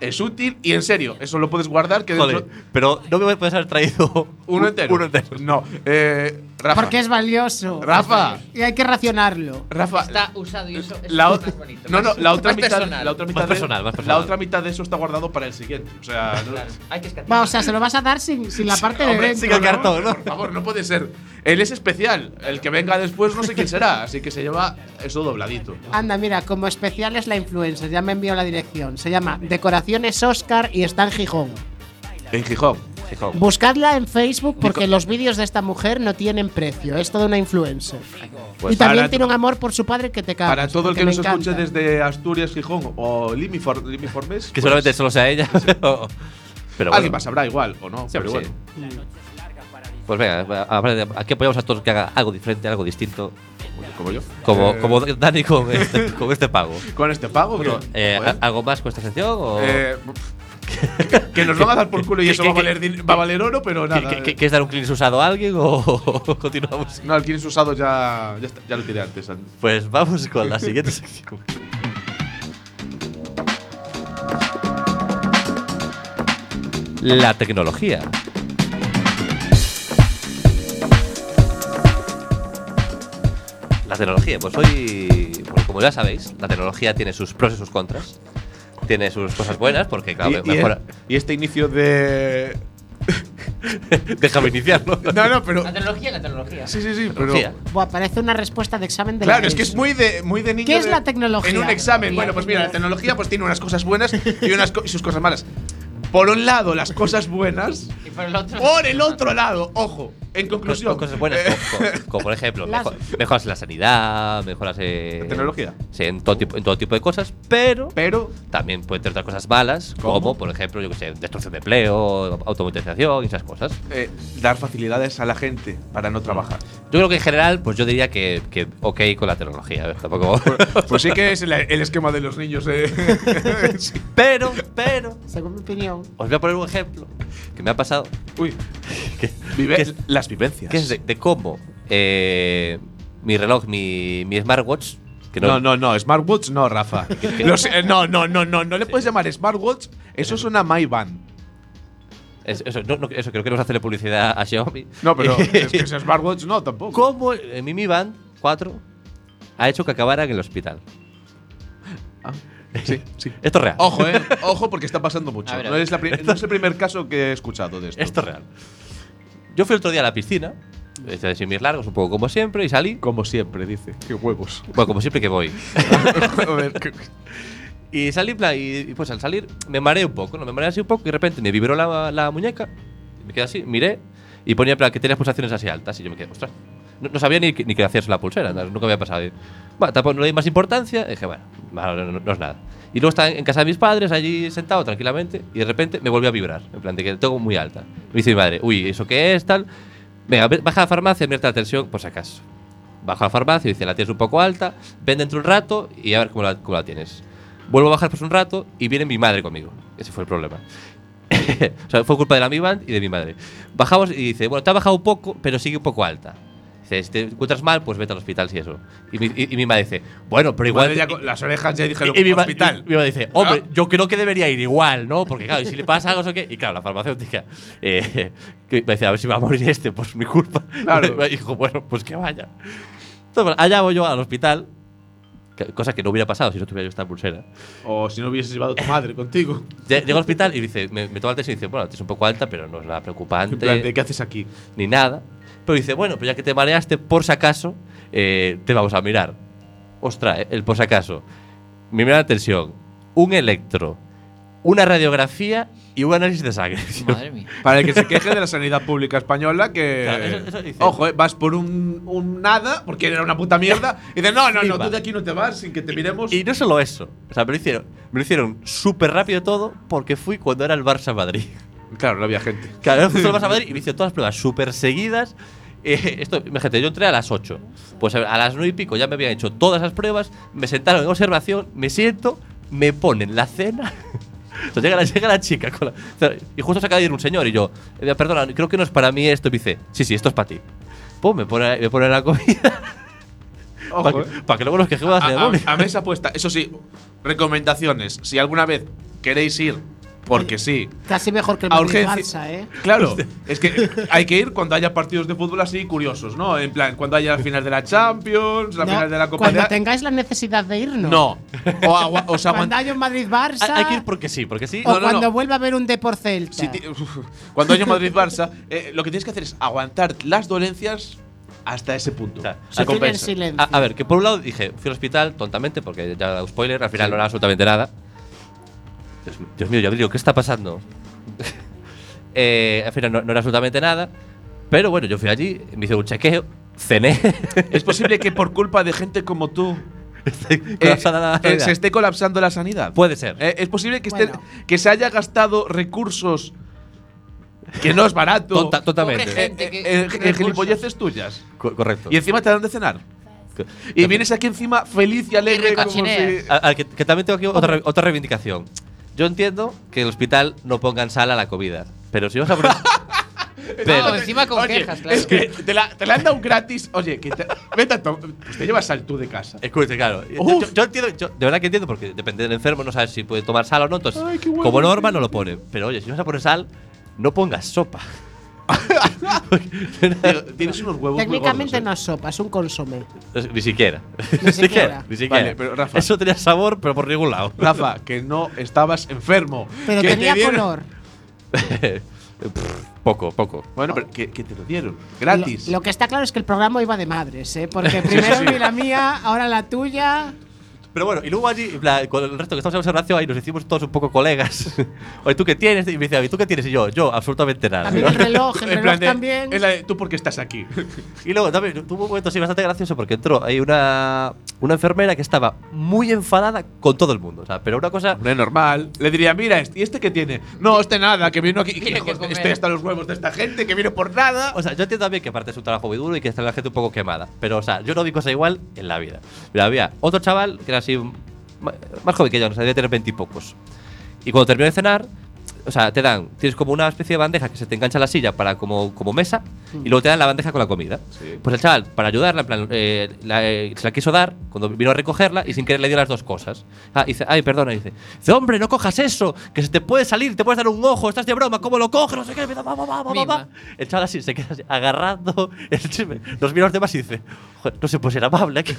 [SPEAKER 5] es útil y en serio, eso lo puedes guardar que
[SPEAKER 3] Joder,
[SPEAKER 5] dentro
[SPEAKER 3] pero no me puedes haber traído
[SPEAKER 5] uno entero.
[SPEAKER 3] Uno entero.
[SPEAKER 5] No, eh, Rafa.
[SPEAKER 4] Porque es valioso.
[SPEAKER 5] Rafa.
[SPEAKER 4] Y hay que racionarlo.
[SPEAKER 5] Rafa.
[SPEAKER 7] Está usado y eso es
[SPEAKER 5] la
[SPEAKER 7] más
[SPEAKER 5] otra-
[SPEAKER 7] bonito.
[SPEAKER 5] no, no, la otra
[SPEAKER 7] Más
[SPEAKER 5] mitad,
[SPEAKER 7] personal.
[SPEAKER 5] la otra mitad,
[SPEAKER 3] Más
[SPEAKER 5] de-
[SPEAKER 3] personal, más
[SPEAKER 5] la
[SPEAKER 3] personal.
[SPEAKER 5] otra mitad de eso está guardado para el siguiente. O sea, no-
[SPEAKER 7] Claro, Hay que escatimar.
[SPEAKER 4] Va, o sea, se lo vas a dar sin, sin la parte de
[SPEAKER 5] Hombre,
[SPEAKER 4] dentro.
[SPEAKER 5] sigue el
[SPEAKER 4] ¿no?
[SPEAKER 5] cartón,
[SPEAKER 3] ¿no?
[SPEAKER 5] Por favor, no puede ser. Él es especial. El que venga después no sé quién será, así que se lleva eso dobladito.
[SPEAKER 4] Anda, mira, como especial es la influencer, ya me envió la dirección. Se llama Decoraciones Oscar y está en Gijón.
[SPEAKER 5] En Gijón.
[SPEAKER 4] Buscadla en Facebook porque los vídeos de esta mujer no tienen precio. Es toda una influencer.
[SPEAKER 5] Pues
[SPEAKER 4] y también
[SPEAKER 5] para-
[SPEAKER 4] tiene un amor por su padre que te cae.
[SPEAKER 5] Para todo el que nos escuche desde Asturias, Gijón o Limifor- Limiformes,
[SPEAKER 3] Que
[SPEAKER 5] pues,
[SPEAKER 3] solamente solo sea ella. pero bueno.
[SPEAKER 5] alguien más sabrá igual o no.
[SPEAKER 3] Siempre
[SPEAKER 5] pero bueno.
[SPEAKER 3] sí. Pues venga, aparte, aquí apoyamos a todos que haga algo diferente, algo distinto.
[SPEAKER 5] Como yo.
[SPEAKER 3] Como,
[SPEAKER 5] Eh,
[SPEAKER 3] como Dani con este, con este pago.
[SPEAKER 5] Con este pago, bro.
[SPEAKER 3] Eh,
[SPEAKER 5] Joder.
[SPEAKER 3] ¿a- ¿Algo más con esta sección? O
[SPEAKER 5] Eh, que- que nos van a dar por culo y
[SPEAKER 3] que-
[SPEAKER 5] eso
[SPEAKER 3] que-
[SPEAKER 5] va a valer, din- va a valer oro, pero
[SPEAKER 3] ¿Qui-
[SPEAKER 5] Pues nada. eh.
[SPEAKER 3] qui- qui- ¿Quieres dar un clean usado a alguien o continuamos?
[SPEAKER 5] No, alquileres usados ya, ya, está- ya lo tiré antes.
[SPEAKER 3] Pues vamos con la siguiente sección. La tecnología. La tecnología, pues hoy, pues como ya sabéis, la tecnología tiene sus pros y sus contras. Tiene sus cosas buenas porque, claro,
[SPEAKER 5] y, y-
[SPEAKER 3] mejora.
[SPEAKER 5] y este inicio de.
[SPEAKER 3] Déjame iniciarlo.
[SPEAKER 5] No, no, pero.
[SPEAKER 7] La tecnología, la tecnología.
[SPEAKER 5] Sí, sí, sí, pero.
[SPEAKER 3] Tecnología.
[SPEAKER 4] Buah, parece una respuesta de examen de la
[SPEAKER 5] Claro, es que es
[SPEAKER 4] ESO.
[SPEAKER 5] muy de, muy de niño.
[SPEAKER 4] ¿Qué es
[SPEAKER 5] de-
[SPEAKER 4] la tecnología?
[SPEAKER 5] En un examen.
[SPEAKER 4] La
[SPEAKER 5] Bueno, pues mira, la
[SPEAKER 4] tecnología.
[SPEAKER 5] tecnología pues tiene unas cosas buenas y, unas co- y sus cosas malas. Por un lado, las cosas buenas.
[SPEAKER 7] Y por el otro.
[SPEAKER 4] Oh.
[SPEAKER 5] Por el otro lado, ojo, en conclusión.
[SPEAKER 3] Con cosas buenas,
[SPEAKER 5] eh,
[SPEAKER 3] co- co- como, por ejemplo,
[SPEAKER 4] Las-
[SPEAKER 3] mejo- mejoras en la sanidad, mejoras en.
[SPEAKER 5] La tecnología.
[SPEAKER 3] Sí, en todo, tipo, en todo tipo de cosas, pero
[SPEAKER 5] pero
[SPEAKER 3] también pueden tratar cosas malas,
[SPEAKER 5] ¿Cómo?
[SPEAKER 3] como, por ejemplo, yo que sé, destrucción de empleo, automatización y esas cosas.
[SPEAKER 5] eh, dar facilidades a la gente para no trabajar.
[SPEAKER 3] Yo creo que en general, pues yo diría que, que ok con la tecnología. a ver, Tampoco.
[SPEAKER 5] Pues sí que es el, el esquema de los niños. eh. Sí.
[SPEAKER 3] pero, pero.
[SPEAKER 4] Según mi opinión.
[SPEAKER 3] Os voy a poner un ejemplo que me ha pasado,
[SPEAKER 5] Uy.
[SPEAKER 3] ¿Qué-
[SPEAKER 5] Vive-
[SPEAKER 3] qué es-
[SPEAKER 5] las vivencias.
[SPEAKER 3] que es de, de cómo eh, mi reloj, mi, mi smartwatch, que
[SPEAKER 5] No, no, no, smartwatch no, Rafa.
[SPEAKER 3] qué?
[SPEAKER 5] Los- eh, no, no, no, no, no le puedes llamar smartwatch. Eso es una My Band.
[SPEAKER 3] es- eso, no, no, eso creo que nos hace publicidad a Xiaomi.
[SPEAKER 5] No, pero es que es smartwatch no tampoco.
[SPEAKER 3] ¿Cómo el Mimi Band 4 ha hecho que acabara en el hospital?
[SPEAKER 5] Ah, sí, sí.
[SPEAKER 3] Esto es real.
[SPEAKER 5] Ojo, eh. Ojo, porque está pasando mucho.
[SPEAKER 7] A ver, a
[SPEAKER 5] no,
[SPEAKER 7] ver.
[SPEAKER 5] es la pri- no es el primer caso que he escuchado de esto.
[SPEAKER 3] Esto es real. Yo fui otro día a la piscina, hice sin mis largos, un poco como siempre, y salí.
[SPEAKER 5] Como siempre, dice. Qué huevos.
[SPEAKER 3] Bueno, como siempre que voy.
[SPEAKER 5] a ver, qué-
[SPEAKER 3] Y salí, en plan, y, y pues al salir me mareé un poco, ¿no? Me mareé así un poco y de repente me vibró la, la muñeca. Y me quedé así, miré y ponía en plan que tenía pulsaciones así altas y yo me quedé, ostras. No, no sabía ni, que- ni que hacías la pulsera, no- nunca me había pasado. Y, Bueno, tampoco no le di más importancia. y dije, bueno, no, no- no- no es nada. Y luego estaba en casa de mis padres, allí sentado tranquilamente, y de repente me volvió a vibrar. En plan, de que tengo muy alta. Me dice mi madre, uy, ¿eso qué es? Tal. Venga, ve- baja a la farmacia, mira la tensión, por si acaso. Bajo a la farmacia y dice, la tienes un poco alta, ven dentro un rato y a ver cómo la, cómo la tienes. Vuelvo a bajar por un rato y viene mi madre conmigo. Ese fue el problema. o sea, fue culpa de la Mi Band y de mi madre. Bajamos y dice, bueno, te ha bajado un poco, pero sigue un poco alta. Dice, si te encuentras mal, pues vete al hospital si eso. Y mi, y- y mi madre dice, bueno, pero igual...
[SPEAKER 5] Madre, ya con- las orejas ya dijeron
[SPEAKER 3] Y- y mi ma-
[SPEAKER 5] hospital. ¿Ah?
[SPEAKER 3] y mi madre dice, hombre, yo creo que debería ir igual, ¿no? Porque claro, y si le pasa algo, no sé qué. Y claro, la farmacéutica eh, que me decía, a ver si va a morir este por mi culpa.
[SPEAKER 5] Claro.
[SPEAKER 3] Y dijo, bueno, pues que vaya. Entonces, bueno, allá voy yo al hospital, que- cosa que no hubiera pasado si no tuviera yo esta pulsera.
[SPEAKER 5] O si no hubieses llevado a tu madre contigo.
[SPEAKER 3] Lle- Llego al hospital y dice, me, me toma el test y dice, bueno, es un poco alta, pero no es nada preocupante
[SPEAKER 5] En plan, ¿de ¿qué haces aquí?
[SPEAKER 3] ni nada. Pero dice, bueno, pues ya que te mareaste, por si acaso, eh, te vamos a mirar. Ostras, eh, el por si acaso. Mi primera tensión, un electro, una radiografía y un análisis de sangre.
[SPEAKER 7] Madre mía.
[SPEAKER 5] Para el que se queje de la sanidad pública española, que.
[SPEAKER 3] Claro, eso- eso dice.
[SPEAKER 5] Ojo, eh, vas por un, un nada, porque era una puta mierda. Y dices, no, no, no,
[SPEAKER 3] Iba.
[SPEAKER 5] tú de aquí no te vas sin que te miremos.
[SPEAKER 3] Y no solo eso, o sea, me lo hicieron, me lo hicieron súper rápido todo porque fui cuando era el Barça Madrid.
[SPEAKER 5] claro, no había gente.
[SPEAKER 3] Claro, era justo el Barça Madrid y me hicieron todas las pruebas súper seguidas. Eh, esto, imagínate, yo entré a las 8. Pues a a las 9 y pico ya me habían hecho todas las pruebas, me sentaron en observación, me siento, me ponen la cena. O sea, llega, la, llega la chica con la- y justo se acaba de ir un señor y yo, eh, perdona, creo que no es para mí esto. Y me dice, sí, sí, esto es para ti. Pum, me pone, me pone la comida para
[SPEAKER 5] Ojo. eh.
[SPEAKER 3] que, pa' que luego nos quejemos
[SPEAKER 5] A,
[SPEAKER 3] de
[SPEAKER 5] a-
[SPEAKER 3] vómito.
[SPEAKER 5] a mesa puesta. Eso sí, recomendaciones. Si alguna vez queréis ir, porque sí.
[SPEAKER 4] Casi mejor que el
[SPEAKER 5] A
[SPEAKER 4] Madrid
[SPEAKER 5] urgencia.
[SPEAKER 4] Barça, ¿eh?
[SPEAKER 5] Claro,
[SPEAKER 3] Pues
[SPEAKER 5] es que hay que ir cuando haya partidos de fútbol así curiosos, ¿no? En plan, cuando haya la final de la Champions, la
[SPEAKER 4] No,
[SPEAKER 5] final de la Copa
[SPEAKER 4] cuando
[SPEAKER 5] de
[SPEAKER 4] tengáis la necesidad de irnos.
[SPEAKER 5] No. O agua- os
[SPEAKER 4] Cuando
[SPEAKER 5] aguantáis.
[SPEAKER 4] haya un Madrid
[SPEAKER 3] Hay
[SPEAKER 4] Barça.
[SPEAKER 3] hay que ir porque sí, porque sí.
[SPEAKER 4] o
[SPEAKER 5] no, no.
[SPEAKER 4] cuando vuelva a haber un Depor Celta.
[SPEAKER 5] Si ti- uf, cuando haya Madrid-Barça, eh, lo que tienes que hacer es aguantar las dolencias hasta ese punto.
[SPEAKER 3] Claro.
[SPEAKER 5] Se
[SPEAKER 4] Sufrir en
[SPEAKER 5] compensa.
[SPEAKER 4] silencio.
[SPEAKER 3] A, a ver, que por un lado dije, fui al hospital tontamente, porque ya spoiler, al final no era absolutamente nada. Dios, mío, Dios mío, ya digo, ¿qué está pasando? Eh, al final no, no era absolutamente nada. Pero bueno, yo fui allí, me hice un chequeo, cené.
[SPEAKER 5] Es posible que por culpa de gente como tú
[SPEAKER 3] colapsada la
[SPEAKER 5] eh, eh,
[SPEAKER 3] sanidad.
[SPEAKER 5] se esté colapsando la sanidad.
[SPEAKER 3] Puede ser.
[SPEAKER 5] Eh, es posible que, esté-
[SPEAKER 4] Bueno.
[SPEAKER 5] que se haya gastado recursos que no es barato.
[SPEAKER 3] Tonta- tontamente.
[SPEAKER 7] Pobre
[SPEAKER 5] Eh,
[SPEAKER 7] gente
[SPEAKER 5] eh,
[SPEAKER 7] que-
[SPEAKER 5] eh,
[SPEAKER 7] que
[SPEAKER 5] eh,
[SPEAKER 7] recursos.
[SPEAKER 5] gilipolleces tuyas.
[SPEAKER 3] Co- correcto.
[SPEAKER 5] Y encima te dan de cenar. Y vienes aquí encima feliz y alegre como si…
[SPEAKER 7] recochineas.
[SPEAKER 3] A- a- que, que también tengo aquí otra, re- otra reivindicación. Yo entiendo que el hospital no pongan sal a la comida. Pero si vas a poner.
[SPEAKER 7] No,
[SPEAKER 3] pero,
[SPEAKER 7] encima con
[SPEAKER 5] Oye,
[SPEAKER 7] quejas, claro.
[SPEAKER 5] Es que te la, te la han dado gratis. Oye, que te, vete a to- pues te llevas sal tú de casa.
[SPEAKER 3] Escuche, claro. Yo,
[SPEAKER 5] Uf.
[SPEAKER 3] yo- yo entiendo, yo de verdad que entiendo, porque depende del enfermo, no sabes si puede tomar sal o no. Entonces,
[SPEAKER 5] Ay, qué bueno.
[SPEAKER 3] como norma, no lo pone. Pero oye, si vas a poner sal, no pongas sopa.
[SPEAKER 5] Tío, Tienes unos huevos. muy
[SPEAKER 4] Técnicamente no
[SPEAKER 5] gordos, eh.
[SPEAKER 4] es sopa, es un consomé.
[SPEAKER 3] ni siquiera.
[SPEAKER 4] Ni siquiera.
[SPEAKER 3] Ni siquiera.
[SPEAKER 5] Vale, pero, Rafa.
[SPEAKER 3] Eso tenía sabor, pero por ningún lado.
[SPEAKER 5] eh. Rafa, que no estabas enfermo.
[SPEAKER 4] Pero
[SPEAKER 5] que te
[SPEAKER 4] tenía
[SPEAKER 5] dieron-
[SPEAKER 4] color.
[SPEAKER 3] Pff, Poco, poco.
[SPEAKER 5] Bueno, pero que, que te lo dieron. Gratis.
[SPEAKER 4] Lo, lo que está claro es que el programa iba de madres, ¿eh? Porque primero vi la mía, ahora la tuya.
[SPEAKER 3] Pero bueno, y luego allí, en plan, con el resto que estamos en observación, ahí nos hicimos todos un poco colegas. Oye, ¿tú qué tienes? Y me dice, ¿y tú qué tienes? Y yo, yo, absolutamente nada.
[SPEAKER 4] A mí el reloj, el
[SPEAKER 5] En plan
[SPEAKER 4] reloj
[SPEAKER 5] de-
[SPEAKER 4] también.
[SPEAKER 5] es la de, ¿Tú por qué estás aquí?
[SPEAKER 3] Y luego también tuvo un momento así bastante gracioso porque entró ahí una, una enfermera que estaba muy enfadada con todo el mundo. O sea, pero una cosa.
[SPEAKER 5] Hombre, normal. Le diría, mira, este- ¿y este qué tiene? No, este nada, que vino aquí.
[SPEAKER 7] Tiene que
[SPEAKER 5] Hijo,
[SPEAKER 7] comer.
[SPEAKER 5] estoy hasta los huevos de esta gente, que vino por nada.
[SPEAKER 3] O sea, yo entiendo también que aparte es un trabajo muy duro y que está la gente un poco quemada. Pero, o sea, yo no vi cosa igual en la vida. Mira, había otro chaval que era así, un- ma- más joven que yo, no sé, debía tener veintipocos. Y, cuando terminó de cenar, o sea, te dan, tienes como una especie de bandeja que se te engancha a la silla para como, como mesa y luego te dan la bandeja con la comida. Pues el chaval, para ayudarla, en plan, eh, la, eh, se la quiso dar cuando vino a recogerla y sin querer le dio las dos cosas. Ah, y dice, ay, perdona, y dice, dice, hombre, no cojas eso, que se te puede salir, te puedes dar un ojo, estás de broma, ¿cómo lo coges? No sé qué, va, va, va, va, va, va.
[SPEAKER 4] Mima.
[SPEAKER 3] El chaval así se queda así, agarrando el chisme. Nos mira a los demás y dice, "Joder, no se puede ser amable aquí.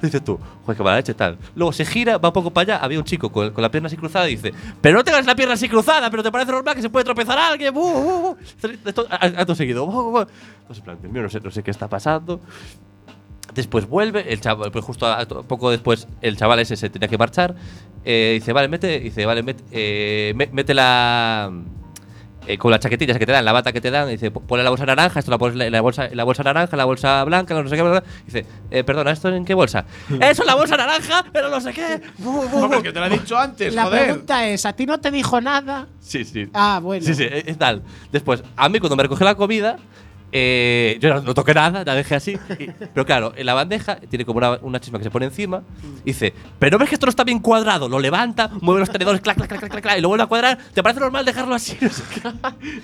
[SPEAKER 3] Dices tú, joder, qué mala leche tal. Luego se gira, va un poco para allá, había un chico con, con la pierna así cruzada y dice, pero no tengas la pierna así cruzada, pero te parece normal que se puede tropezar alguien. Uh, uh, uh". Esto- a- Acto seguido. uh, uh, uh. Entonces, en plan, "Dios mío, no sé, no sé qué está pasando. Después vuelve, el chaval, pues justo a- poco después el chaval ese se tenía que marchar. eh, dice, vale, mete, dice, vale, mete, eh, me- mete la. eh, con las chaquetillas que te dan, la bata que te dan, dice, "Po- ponle la bolsa naranja, esto la, pones en la bolsa, en la bolsa naranja, en la bolsa blanca, en la no sé qué, bla, bla". dice, "Eh, perdona, ¿esto en qué bolsa? Eso en la bolsa naranja, pero no sé qué. Bu, bu, bu.
[SPEAKER 5] Hombre, que te lo he dicho antes,
[SPEAKER 4] La
[SPEAKER 5] joder.
[SPEAKER 4] pregunta es, ¿a ti no te dijo nada?
[SPEAKER 3] Sí, sí.
[SPEAKER 4] Ah, bueno.
[SPEAKER 3] Sí, sí, eh, eh, tal. Después, a mí cuando me recogió la comida, eh, yo no, no toqué nada, la dejé así. y- pero claro, en la bandeja tiene como una, una chisma que se pone encima. y dice, pero ves que esto no está bien cuadrado. Lo levanta, mueve los tenedores, clac, clac, clac, clac, clac, clac, y lo vuelve a cuadrar. ¿Te parece normal dejarlo así? No sé qué.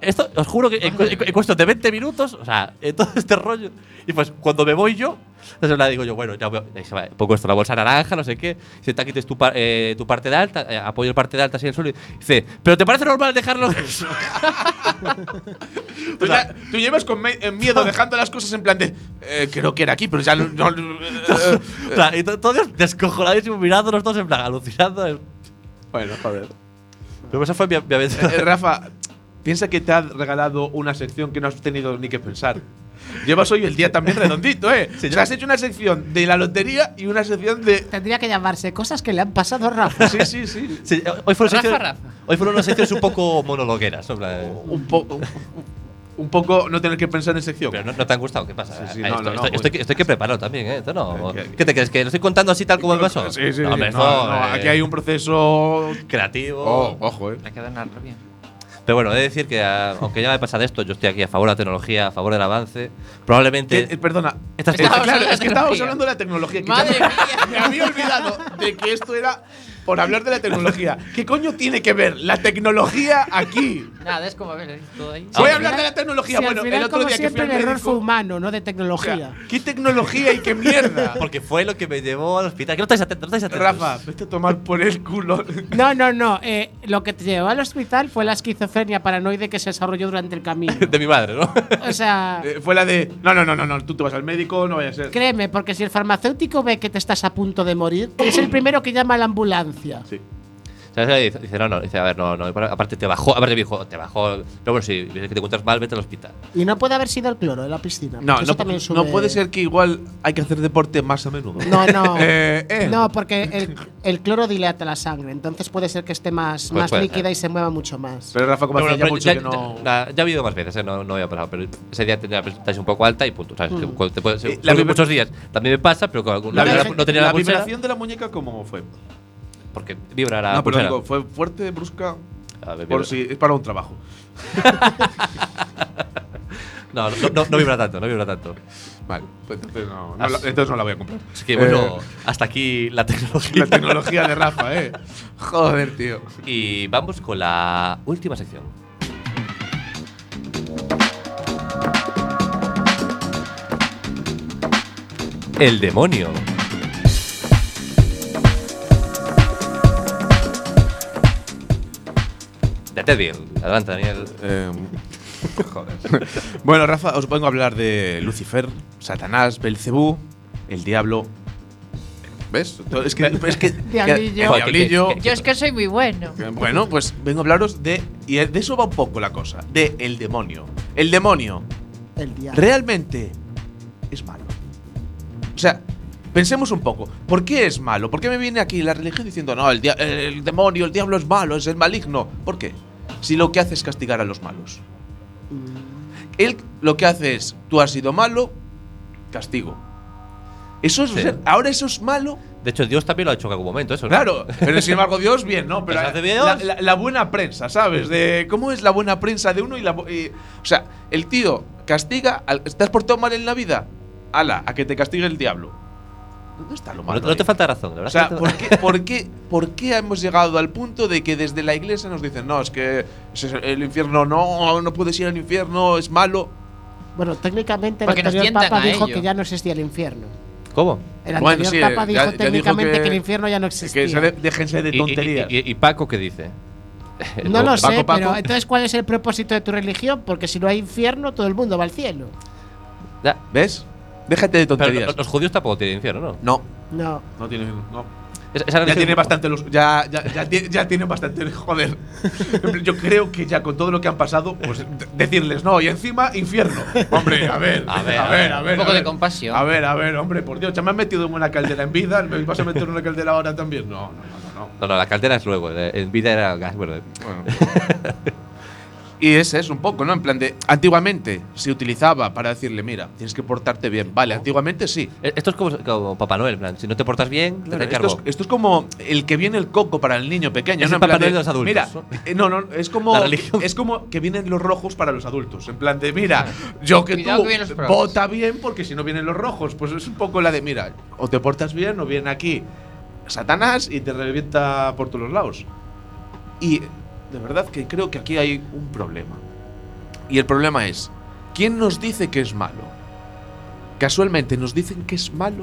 [SPEAKER 3] Esto, os juro que en, cu- en cu- en cuestión de 20 minutos, o sea, en todo este rollo. Y pues cuando me voy yo, entonces la digo yo, bueno, ya voy, ahí se va, pongo esto en la bolsa naranja, no sé qué. Dice, te quites tu, par- eh, tu parte de alta, eh, apoyo el parte de alta así en el suelo. Y dice, pero ¿te parece normal dejarlo en el suelo?".
[SPEAKER 5] Tú, Pues ya- tú llevas con me- eh, miedo dejando las cosas en plan de. eh, creo que era aquí, pero ya no. no- eh,
[SPEAKER 3] O sea, y to- todos descojonadísimos mirando los dos en plan, alucinando.
[SPEAKER 5] bueno, joder.
[SPEAKER 3] Pero esa fue mi, mi
[SPEAKER 5] Eh, eh,
[SPEAKER 3] aventura.
[SPEAKER 5] Rafa, piensa que te has regalado una sección que no has tenido ni que pensar. Llevas hoy el día también redondito, ¿eh? O sea, has hecho una sección de la lotería y una sección de.
[SPEAKER 4] Tendría que llamarse cosas que le han pasado a Rafa.
[SPEAKER 5] Sí, sí, sí.
[SPEAKER 3] Sí, hoy, fueron
[SPEAKER 7] Rafa,
[SPEAKER 3] secciones-
[SPEAKER 7] Rafa.
[SPEAKER 3] hoy fueron unas secciones un poco monologueras. ¿no? En plan,
[SPEAKER 5] Un poco. Un poco no tener que pensar en sección.
[SPEAKER 3] Pero no, no te han gustado, ¿qué pasa?
[SPEAKER 5] Sí, sí,
[SPEAKER 3] Ah,
[SPEAKER 5] no,
[SPEAKER 3] esto-
[SPEAKER 5] no, no,
[SPEAKER 3] esto-
[SPEAKER 5] uy.
[SPEAKER 3] estoy, estoy que preparo también, ¿eh? Esto no.
[SPEAKER 5] Eh, que-
[SPEAKER 3] ¿Qué te crees? ¿Que lo estoy contando así tal como el vaso?
[SPEAKER 5] Sí, sí,
[SPEAKER 3] No,
[SPEAKER 5] sí.
[SPEAKER 3] hombre,
[SPEAKER 5] No,
[SPEAKER 3] esto,
[SPEAKER 5] no,
[SPEAKER 3] eh,
[SPEAKER 5] aquí hay un proceso.
[SPEAKER 3] Creativo.
[SPEAKER 5] Oh, ojo, eh.
[SPEAKER 7] Hay que adornarlo bien.
[SPEAKER 3] Pero bueno, he de decir que, ah, aunque ya me pasa de esto, yo estoy aquí a favor de la tecnología, a favor del avance. Probablemente.
[SPEAKER 5] Que- eh, perdona.
[SPEAKER 3] Estás-
[SPEAKER 5] Eh,
[SPEAKER 3] Estábamos
[SPEAKER 5] claro,
[SPEAKER 7] hablando de
[SPEAKER 5] es que estábamos
[SPEAKER 7] tecnología.
[SPEAKER 5] hablando de la tecnología. que
[SPEAKER 7] Madre
[SPEAKER 5] ya-
[SPEAKER 7] mía.
[SPEAKER 5] Me había olvidado de que esto era por hablar de la tecnología. ¿Qué coño tiene que ver la tecnología aquí?
[SPEAKER 7] Nada, es como a ver, todo ahí.
[SPEAKER 5] Voy
[SPEAKER 3] al
[SPEAKER 5] a hablar de la
[SPEAKER 4] Si
[SPEAKER 5] tecnología.
[SPEAKER 4] al
[SPEAKER 5] bueno,
[SPEAKER 4] final,
[SPEAKER 5] el otro
[SPEAKER 4] como
[SPEAKER 5] día que fui
[SPEAKER 4] siempre,
[SPEAKER 5] al
[SPEAKER 4] el error fue
[SPEAKER 5] médico,
[SPEAKER 4] humano, no de
[SPEAKER 5] o sea,
[SPEAKER 4] tecnología.
[SPEAKER 5] ¿Qué tecnología y qué mierda?
[SPEAKER 3] Porque fue lo que me llevó al hospital. Que no estáis atentos, no estáis atentos.
[SPEAKER 5] Rafa, vete a tomar por el culo.
[SPEAKER 4] No, no, no. eh, lo que te llevó al hospital fue la esquizofrenia paranoide que se desarrolló durante el camino.
[SPEAKER 3] De mi madre, ¿no?
[SPEAKER 4] O sea,
[SPEAKER 5] Eh, fue la de. No, no, no, no, no. Tú te vas al médico, no vaya a ser.
[SPEAKER 4] créeme, porque si el farmacéutico ve que te estás a punto de morir, es el primero que llama a la ambulancia.
[SPEAKER 5] Sí.
[SPEAKER 3] ¿Sabes? Dice, dice, no, no, dice, a ver, no, no. Aparte te bajó, aparte me dijo, te bajó. Pero bueno, si ves que te encuentras mal, vete al hospital.
[SPEAKER 4] Y no puede haber sido el cloro de la piscina.
[SPEAKER 5] No,
[SPEAKER 4] porque eso
[SPEAKER 5] no,
[SPEAKER 4] también
[SPEAKER 5] no
[SPEAKER 4] sube-
[SPEAKER 5] puede ser que igual hay que hacer deporte más a menudo.
[SPEAKER 4] No, no.
[SPEAKER 5] Eh, eh.
[SPEAKER 4] No, porque el, el cloro dilata la sangre, entonces puede ser que esté más,
[SPEAKER 3] Pues
[SPEAKER 4] más
[SPEAKER 3] puede
[SPEAKER 4] líquida
[SPEAKER 3] ser.
[SPEAKER 4] y se mueva mucho más.
[SPEAKER 5] Pero Rafa, como
[SPEAKER 3] Pero
[SPEAKER 5] hace ya
[SPEAKER 3] bueno,
[SPEAKER 5] mucho que
[SPEAKER 3] pero
[SPEAKER 5] no.
[SPEAKER 3] ya- ya- ya ha habido más veces, ¿eh? no, no había pasado, pero ese día tenía la presentación un poco alta y punto. ¿sabes?
[SPEAKER 4] Mm.
[SPEAKER 3] Te- te puede-
[SPEAKER 5] Eh, la
[SPEAKER 3] suele
[SPEAKER 5] vibra-
[SPEAKER 3] muchos días también me pasa, pero con algún-
[SPEAKER 5] La,
[SPEAKER 3] no tenía
[SPEAKER 5] vibra-
[SPEAKER 3] no tenía la,
[SPEAKER 5] la
[SPEAKER 3] pulsera,
[SPEAKER 5] vibración de la muñeca, ¿cómo fue?
[SPEAKER 3] porque vibra la
[SPEAKER 5] no, pero
[SPEAKER 3] pulsera.
[SPEAKER 5] digo, fue fuerte, brusca.
[SPEAKER 3] A ver,
[SPEAKER 5] Por
[SPEAKER 3] vibra-
[SPEAKER 5] si es para un trabajo.
[SPEAKER 3] no, no, no- no vibra tanto, no vibra tanto.
[SPEAKER 5] Vale, pues entonces no, no
[SPEAKER 3] Ah,
[SPEAKER 5] la,
[SPEAKER 3] sí.
[SPEAKER 5] entonces no la voy a comprar.
[SPEAKER 3] Así que
[SPEAKER 5] Eh,
[SPEAKER 3] bueno, hasta aquí la tecnología.
[SPEAKER 5] la tecnología de Rafa, eh. Joder, tío.
[SPEAKER 3] y vamos con la última sección. El demonio. Date bien. Adelante, Daniel.
[SPEAKER 5] Eh, joder. bueno, Rafa, os vengo a hablar de Lucifer, Satanás, Belcebú, el diablo, ¿Ves? Es que. Es que
[SPEAKER 4] Diablillo.
[SPEAKER 5] que- Diablillo.
[SPEAKER 3] Joder, que-
[SPEAKER 9] Yo es que soy muy bueno.
[SPEAKER 5] Bueno, pues vengo a hablaros de. Y de eso va un poco la cosa. De el demonio. El demonio
[SPEAKER 4] El diablo.
[SPEAKER 5] realmente es malo. O sea, pensemos un poco. ¿Por qué es malo? ¿Por qué me viene aquí la religión diciendo, no, el, dia- el demonio, el diablo es malo, es el maligno? ¿Por qué? Si lo que hace es castigar a los malos.
[SPEAKER 4] Mm.
[SPEAKER 5] Él lo que hace es, tú has sido malo, castigo. Eso es,
[SPEAKER 3] Sí.
[SPEAKER 5] ahora eso es malo.
[SPEAKER 3] De hecho, Dios también lo ha hecho en algún momento, eso. ¿no?
[SPEAKER 5] Claro, pero sin embargo Dios bien, ¿no? Pero
[SPEAKER 3] Pues hace bien
[SPEAKER 5] la,
[SPEAKER 3] Dios.
[SPEAKER 5] la- la buena prensa, ¿sabes? De cómo es la buena prensa de uno y la bu- y- o sea, el tío castiga, al, ¿estás portado mal en la vida? Ala, a que te castigue el diablo. ¿Dónde está lo
[SPEAKER 3] No,
[SPEAKER 5] malo?
[SPEAKER 3] no te
[SPEAKER 5] ahí?
[SPEAKER 3] falta razón, la verdad. que te-
[SPEAKER 5] o sea, ¿por qué, por, qué, ¿por qué hemos llegado al punto de que desde la iglesia nos dicen, no, es que ese es el infierno no, no puedes ir al infierno, es malo?
[SPEAKER 4] Bueno, técnicamente el
[SPEAKER 7] Porque nos
[SPEAKER 4] anterior
[SPEAKER 7] tientan
[SPEAKER 4] Papa
[SPEAKER 7] a
[SPEAKER 4] dijo
[SPEAKER 7] ello.
[SPEAKER 4] que ya no existía el infierno.
[SPEAKER 3] ¿Cómo?
[SPEAKER 4] El
[SPEAKER 5] Bueno,
[SPEAKER 4] anterior
[SPEAKER 5] sí,
[SPEAKER 4] Papa dijo
[SPEAKER 5] eh, ya- ya dijo
[SPEAKER 4] técnicamente
[SPEAKER 5] que-
[SPEAKER 4] que, el infierno ya no existía.
[SPEAKER 5] Que se de- déjense de
[SPEAKER 3] Y- y-
[SPEAKER 5] tonterías.
[SPEAKER 3] Y, y- y Paco qué dice?
[SPEAKER 4] No lo sé,
[SPEAKER 5] Paco, Paco.
[SPEAKER 4] pero eh, entonces, ¿cuál es el propósito de tu religión? Porque si no hay infierno, todo el mundo va al cielo.
[SPEAKER 3] Ya,
[SPEAKER 5] ¿Ves? Déjate de
[SPEAKER 3] pero
[SPEAKER 5] tonterías.
[SPEAKER 3] los, los judíos tampoco tienen infierno, ¿no?
[SPEAKER 5] no,
[SPEAKER 4] No.
[SPEAKER 5] no tienen… No.
[SPEAKER 3] Es- esa
[SPEAKER 5] Ya
[SPEAKER 3] religión-
[SPEAKER 5] tiene bastante los. Ya, ya, ya, tie- ya tiene bastante. Joder. Yo creo que ya con todo lo que han pasado, pues de- decirles no. Y encima, infierno. Hombre, a ver. A ver, a ver. a ver,
[SPEAKER 7] Un poco
[SPEAKER 5] a ver.
[SPEAKER 7] de compasión.
[SPEAKER 5] A ver, a ver, hombre, por Dios. Ya me has metido en una caldera en vida. ¿Me vas a meter en una caldera ahora también? No, no, no, no. no.
[SPEAKER 3] No, no, la caldera es luego. eh, En vida era gas, bueno. e,
[SPEAKER 5] Bueno. Y ese es un poco, ¿no? En plan de. Antiguamente se utilizaba para decirle, mira, tienes que portarte bien. Vale, antiguamente sí.
[SPEAKER 3] Eh, Esto es como, como Papá Noel, en plan. Si no te portas bien, te
[SPEAKER 5] Claro,
[SPEAKER 3] traen
[SPEAKER 5] esto, es,
[SPEAKER 3] carbón.
[SPEAKER 5] esto es como el que viene el coco para el niño pequeño.
[SPEAKER 3] Es
[SPEAKER 5] ¿no?
[SPEAKER 3] el
[SPEAKER 5] En plan
[SPEAKER 3] Papá Noel de los adultos,
[SPEAKER 5] Mira,
[SPEAKER 3] ¿no?
[SPEAKER 5] eh, no, no, es como,
[SPEAKER 3] La religión.
[SPEAKER 5] es como que vienen los rojos para los adultos. En plan de, mira, yo que
[SPEAKER 7] Cuidado
[SPEAKER 5] tú,
[SPEAKER 7] que vienen los progres.
[SPEAKER 5] vota bien porque si no vienen los rojos. Pues es un poco la de, mira, o te portas bien o viene aquí Satanás y te revienta por todos los lados. Y de verdad que creo que aquí hay un problema. Y el problema es, ¿quién nos dice que es malo? Casualmente nos dicen que es malo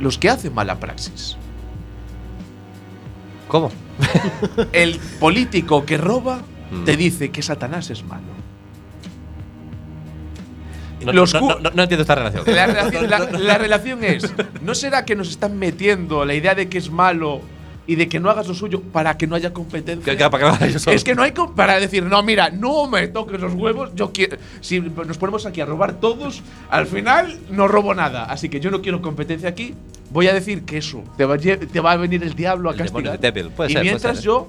[SPEAKER 5] los que hacen mala praxis.
[SPEAKER 3] ¿Cómo?
[SPEAKER 5] El político que roba
[SPEAKER 3] Mm.
[SPEAKER 5] te dice que Satanás es malo.
[SPEAKER 3] No,
[SPEAKER 5] Los
[SPEAKER 3] no-
[SPEAKER 5] cu-
[SPEAKER 3] no- no- no entiendo esta relación.
[SPEAKER 5] La relación, la- la relación es, ¿no será que nos están metiendo la idea de que es malo y de que no hagas lo suyo para que no haya competencia?
[SPEAKER 3] Que- que- para que vaya yo solo.
[SPEAKER 5] Es que no hay com- para decir, no, mira, no me toques los huevos, yo quiero si nos ponemos aquí a robar todos, al final no robo nada, así que yo no quiero competencia aquí. Voy a decir que eso, te va a, lle- te va a venir el diablo a
[SPEAKER 3] El demonio,
[SPEAKER 5] castigar.
[SPEAKER 3] el devil, puede
[SPEAKER 5] y
[SPEAKER 3] ser, puede
[SPEAKER 5] mientras
[SPEAKER 3] ser. ¿eh?
[SPEAKER 5] yo,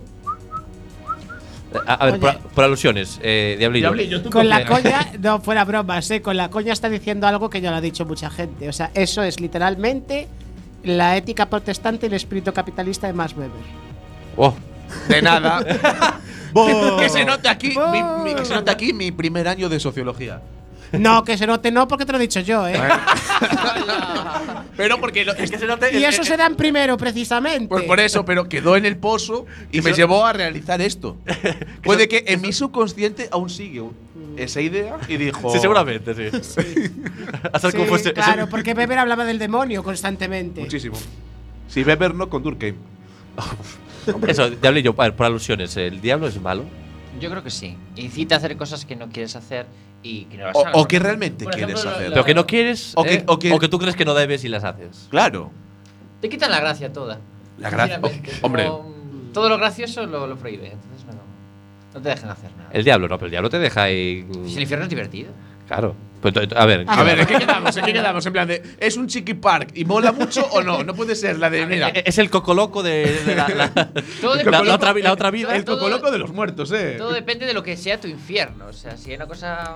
[SPEAKER 3] A, a ver,
[SPEAKER 4] Oye.
[SPEAKER 3] por, por alusiones, eh, Diablillo.
[SPEAKER 5] Diablillo, tú
[SPEAKER 4] Con la
[SPEAKER 5] coge-
[SPEAKER 4] coña, no fuera bromas, ¿eh? con la coña está diciendo algo que ya lo ha dicho mucha gente. O sea, eso es literalmente la ética protestante y el espíritu capitalista de Max Weber.
[SPEAKER 3] Oh,
[SPEAKER 5] De nada. Que- que se note aquí, mi, mi- que se note aquí mi primer año de sociología.
[SPEAKER 4] No, que se note, no, porque te lo he dicho yo, ¿eh?
[SPEAKER 5] Pero porque lo- es que se note.
[SPEAKER 4] Y
[SPEAKER 5] el-
[SPEAKER 4] eso
[SPEAKER 5] el-
[SPEAKER 4] se da en primero, precisamente.
[SPEAKER 5] Pues por eso, pero quedó en el pozo y me llevó a realizar esto. Puede que en mi subconsciente aún sigue esa idea y dijo.
[SPEAKER 3] sí, seguramente, sí. Hacer
[SPEAKER 4] Sí,
[SPEAKER 3] como fuese.
[SPEAKER 4] claro, porque Weber hablaba del demonio constantemente.
[SPEAKER 5] Muchísimo. Si Weber no con Durkheim.
[SPEAKER 3] Eso, Diablillo, a ver, por alusiones. ¿El diablo es malo?
[SPEAKER 7] Yo creo que sí. Incita a hacer cosas que no quieres hacer y que no las
[SPEAKER 5] O,
[SPEAKER 7] hagas.
[SPEAKER 5] o que realmente
[SPEAKER 7] Por
[SPEAKER 5] quieres
[SPEAKER 7] ejemplo, la-
[SPEAKER 5] hacer.
[SPEAKER 7] la-
[SPEAKER 3] Pero que no quieres.
[SPEAKER 5] O que-
[SPEAKER 3] eh,
[SPEAKER 5] o que-
[SPEAKER 3] tú crees que no debes y las haces.
[SPEAKER 5] Claro.
[SPEAKER 7] Te quitan la gracia toda.
[SPEAKER 5] La gracia-
[SPEAKER 7] Sinceramente,
[SPEAKER 5] oh, hombre.
[SPEAKER 7] como Todo lo gracioso lo, lo prohíbe. Entonces no, no te dejan hacer nada.
[SPEAKER 3] El diablo, no, pero el diablo te deja ahí.
[SPEAKER 7] Si el infierno es divertido.
[SPEAKER 3] Claro. Pero, ento- a ver.
[SPEAKER 5] A ver, ¿en qué quedamos? ¿En qué quedamos? En plan de. ¿Es un chiqui park y mola mucho o no? No puede ser la de. Mira.
[SPEAKER 3] eh, Es el cocoloco de, de la, la-
[SPEAKER 7] Todo
[SPEAKER 3] la-
[SPEAKER 7] depende-
[SPEAKER 3] la otra, vi- la otra vida.
[SPEAKER 5] El
[SPEAKER 7] todo-
[SPEAKER 5] cocoloco de los muertos, eh.
[SPEAKER 7] Todo depende de lo que sea tu infierno. O sea, si hay una cosa.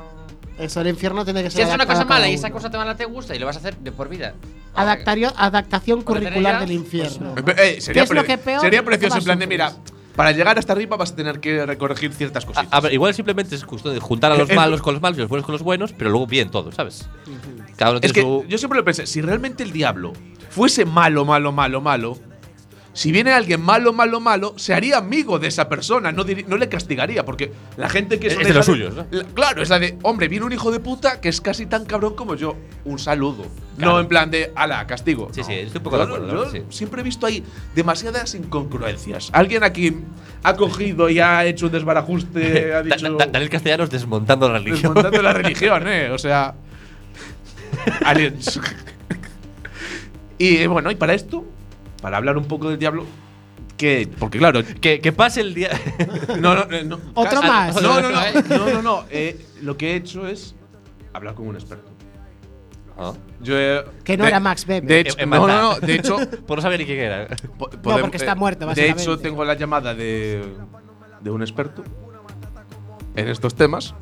[SPEAKER 4] Eso, el infierno tiene que ser.
[SPEAKER 7] Si haces una
[SPEAKER 4] adaptado
[SPEAKER 7] cosa
[SPEAKER 4] a cada
[SPEAKER 7] mala y
[SPEAKER 4] uno.
[SPEAKER 7] esa cosa te mala te gusta y lo vas a hacer de por vida.
[SPEAKER 4] Adaptario- adaptación
[SPEAKER 7] Por tener
[SPEAKER 4] curricular
[SPEAKER 7] ya,
[SPEAKER 4] del infierno.
[SPEAKER 5] Eh, eh, sería,
[SPEAKER 4] es lo
[SPEAKER 5] pre-
[SPEAKER 4] que peor
[SPEAKER 5] sería precioso
[SPEAKER 4] que
[SPEAKER 5] en plan de,
[SPEAKER 4] más
[SPEAKER 5] mira, para llegar hasta arriba vas a tener que recorregir ciertas cositas.
[SPEAKER 3] A, a ver, igual simplemente es cuestión de juntar a los
[SPEAKER 5] Eh, eh,
[SPEAKER 3] malos con los malos y los buenos con los buenos, pero luego bien todos, ¿sabes? Cada uno
[SPEAKER 5] es
[SPEAKER 3] tiene
[SPEAKER 5] que
[SPEAKER 3] su.
[SPEAKER 5] yo siempre lo pensé, si realmente el diablo fuese malo, malo, malo, malo, si viene alguien malo, malo, malo, se haría amigo de esa persona, no, diri- no le castigaría, porque la gente que
[SPEAKER 3] Es
[SPEAKER 5] una
[SPEAKER 3] de los
[SPEAKER 5] hija
[SPEAKER 3] suyos, ¿no?
[SPEAKER 5] la- claro, es la de, hombre, viene un hijo de puta que es casi tan cabrón como yo, un saludo. No en plan de, ala, castigo.
[SPEAKER 3] Sí,
[SPEAKER 5] No.
[SPEAKER 3] sí, estoy un poco de
[SPEAKER 5] Yo-
[SPEAKER 3] acuerdo,
[SPEAKER 5] yo
[SPEAKER 3] la verdad, sí.
[SPEAKER 5] siempre he visto ahí demasiadas incongruencias. Alguien aquí ha cogido y ha hecho un desbarajuste, ha
[SPEAKER 3] Da-
[SPEAKER 5] dicho…
[SPEAKER 3] da- Daniel Castellanos desmontando la religión.
[SPEAKER 5] Desmontando la religión, ¿eh? O sea. Aliens. Y eh, bueno, y para esto, para hablar un poco del diablo, que. Porque claro.
[SPEAKER 3] Que, que pase el día.
[SPEAKER 5] No, no, eh, no.
[SPEAKER 4] Otro
[SPEAKER 5] Casi-
[SPEAKER 4] más.
[SPEAKER 5] No, no, no. no, no, no. Eh, lo que he hecho es hablar con un experto.
[SPEAKER 3] Ah.
[SPEAKER 5] Yo he-
[SPEAKER 4] Que no
[SPEAKER 5] de-
[SPEAKER 4] era Max Weber.
[SPEAKER 5] De hecho,
[SPEAKER 3] Eh, eh,
[SPEAKER 5] no,
[SPEAKER 3] Marta.
[SPEAKER 5] no, no. De hecho,
[SPEAKER 3] Por no saber ni quién era.
[SPEAKER 5] Po- podem-
[SPEAKER 4] porque está muerto,
[SPEAKER 5] De
[SPEAKER 4] básicamente.
[SPEAKER 5] hecho, tengo la llamada de, de un experto en estos temas.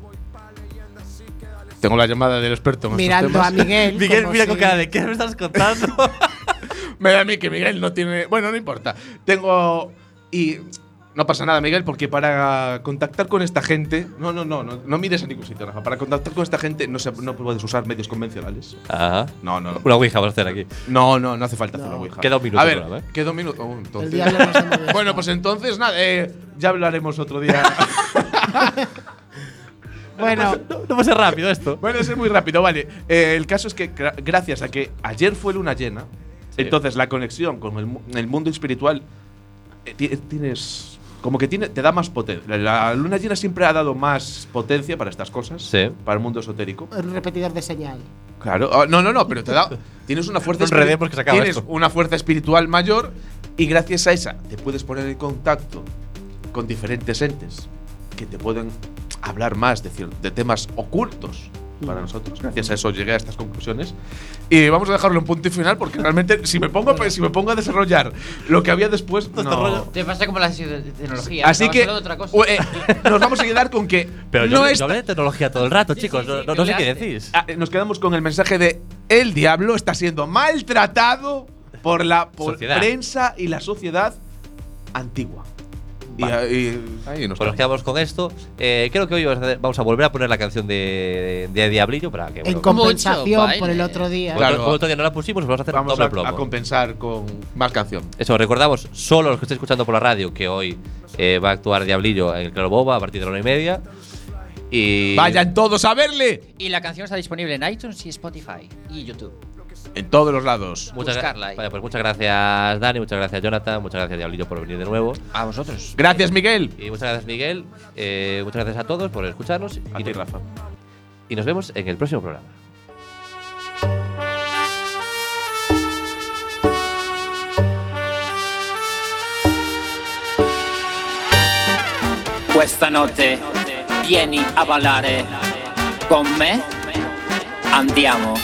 [SPEAKER 5] Tengo la llamada del experto en
[SPEAKER 4] mirando
[SPEAKER 5] estos
[SPEAKER 4] a
[SPEAKER 5] temas.
[SPEAKER 4] Miguel.
[SPEAKER 3] Miguel,
[SPEAKER 4] como
[SPEAKER 3] mira con
[SPEAKER 4] si-
[SPEAKER 3] cara de ¿qué me estás contando?
[SPEAKER 5] Me da a mí que Miguel no tiene. Bueno, no importa. Tengo. Y. No pasa nada, Miguel, porque para contactar con esta gente. No, no, no, no, no mires a ningún sitio, Rafa. Para contactar con esta gente no, se, no puedes usar medios convencionales.
[SPEAKER 3] Ajá.
[SPEAKER 5] No, no, no.
[SPEAKER 3] Una ouija vamos a hacer aquí.
[SPEAKER 5] No, no, no hace falta hacer
[SPEAKER 4] No.
[SPEAKER 5] una ouija.
[SPEAKER 3] Queda un minuto,
[SPEAKER 5] A ver,
[SPEAKER 3] Brava, ¿eh?
[SPEAKER 5] queda un minuto. Oh, entonces-
[SPEAKER 4] El diablo no se mueve.
[SPEAKER 5] Bueno, pues entonces, nada, eh, ya hablaremos otro día.
[SPEAKER 4] Bueno,
[SPEAKER 3] No, no pasa rápido esto.
[SPEAKER 5] bueno, eso es muy rápido, vale. Eh, el caso es que gra- gracias a que ayer fue luna llena, entonces la conexión con el, mu- el mundo espiritual eh, ti- tienes… Como que tiene, te da más potencia. La luna llena siempre ha dado más potencia para estas cosas.
[SPEAKER 3] Sí.
[SPEAKER 5] Para el mundo esotérico.
[SPEAKER 4] un repetidor de señal.
[SPEAKER 5] Claro. ah, No, no, no, pero te da. Tienes una fuerza
[SPEAKER 3] No enredemos
[SPEAKER 5] espiri-
[SPEAKER 3] porque se acaba
[SPEAKER 5] Tienes
[SPEAKER 3] esto.
[SPEAKER 5] una fuerza espiritual mayor y gracias a esa te puedes poner en contacto con diferentes entes que te pueden hablar más de, cier- de temas ocultos para nosotros. Gracias a eso llegué a estas conclusiones. Y vamos a dejarlo en punto y final porque realmente si me pongo, a- si me pongo a desarrollar lo que había después.
[SPEAKER 3] este
[SPEAKER 5] No.
[SPEAKER 7] Te pasa como la tecnología.
[SPEAKER 5] Así
[SPEAKER 7] estabas
[SPEAKER 5] que
[SPEAKER 7] hablando de Otra cosa.
[SPEAKER 5] u- eh, nos vamos a quedar con que
[SPEAKER 3] Pero
[SPEAKER 5] no
[SPEAKER 3] yo,
[SPEAKER 5] es
[SPEAKER 3] yo hablé de tecnología todo el rato,
[SPEAKER 7] Sí,
[SPEAKER 3] chicos.
[SPEAKER 7] sí,
[SPEAKER 3] no-
[SPEAKER 7] sí,
[SPEAKER 3] no, no sé qué
[SPEAKER 7] hablaste.
[SPEAKER 3] decís.
[SPEAKER 5] Ah, eh, nos quedamos con el mensaje de el diablo está siendo maltratado por la por
[SPEAKER 3] Sociedad.
[SPEAKER 5] prensa y la sociedad antigua. Y ahí- ahí nos
[SPEAKER 3] Pues nos
[SPEAKER 5] quedamos.
[SPEAKER 3] quedamos con esto. Eh, creo que hoy vamos a, hacer- vamos a volver a poner la canción de, de Diablillo para que.
[SPEAKER 4] En
[SPEAKER 3] Bueno,
[SPEAKER 4] compensación
[SPEAKER 7] baile.
[SPEAKER 4] por el otro día.
[SPEAKER 3] como-
[SPEAKER 5] Claro.
[SPEAKER 3] como todavía no la pusimos, vamos a hacer
[SPEAKER 5] Vamos
[SPEAKER 3] doble
[SPEAKER 5] a,
[SPEAKER 3] plomo.
[SPEAKER 5] a compensar con más canción.
[SPEAKER 3] Eso, recordamos, solo los que estéis escuchando por la radio, que hoy eh, va a actuar Diablillo en el Claro Boba a partir de la una y media. Y.
[SPEAKER 5] Vayan todos a verle
[SPEAKER 7] Y la canción está disponible en iTunes y Spotify y YouTube.
[SPEAKER 5] en todos los lados.
[SPEAKER 3] Muchas,
[SPEAKER 7] buscarla ahí.
[SPEAKER 3] vale, pues muchas gracias, Dani, muchas gracias, Jonathan, muchas gracias, Diablillo, por venir de nuevo.
[SPEAKER 7] A vosotros.
[SPEAKER 5] Gracias Miguel.
[SPEAKER 3] Y muchas gracias, Miguel. Eh, muchas gracias a todos por escucharnos.
[SPEAKER 5] A
[SPEAKER 3] y,
[SPEAKER 5] ti,
[SPEAKER 3] nos-
[SPEAKER 5] Rafa.
[SPEAKER 3] y nos vemos en el próximo programa.
[SPEAKER 8] Questa notte eh. vieni a ballare con me. Andiamo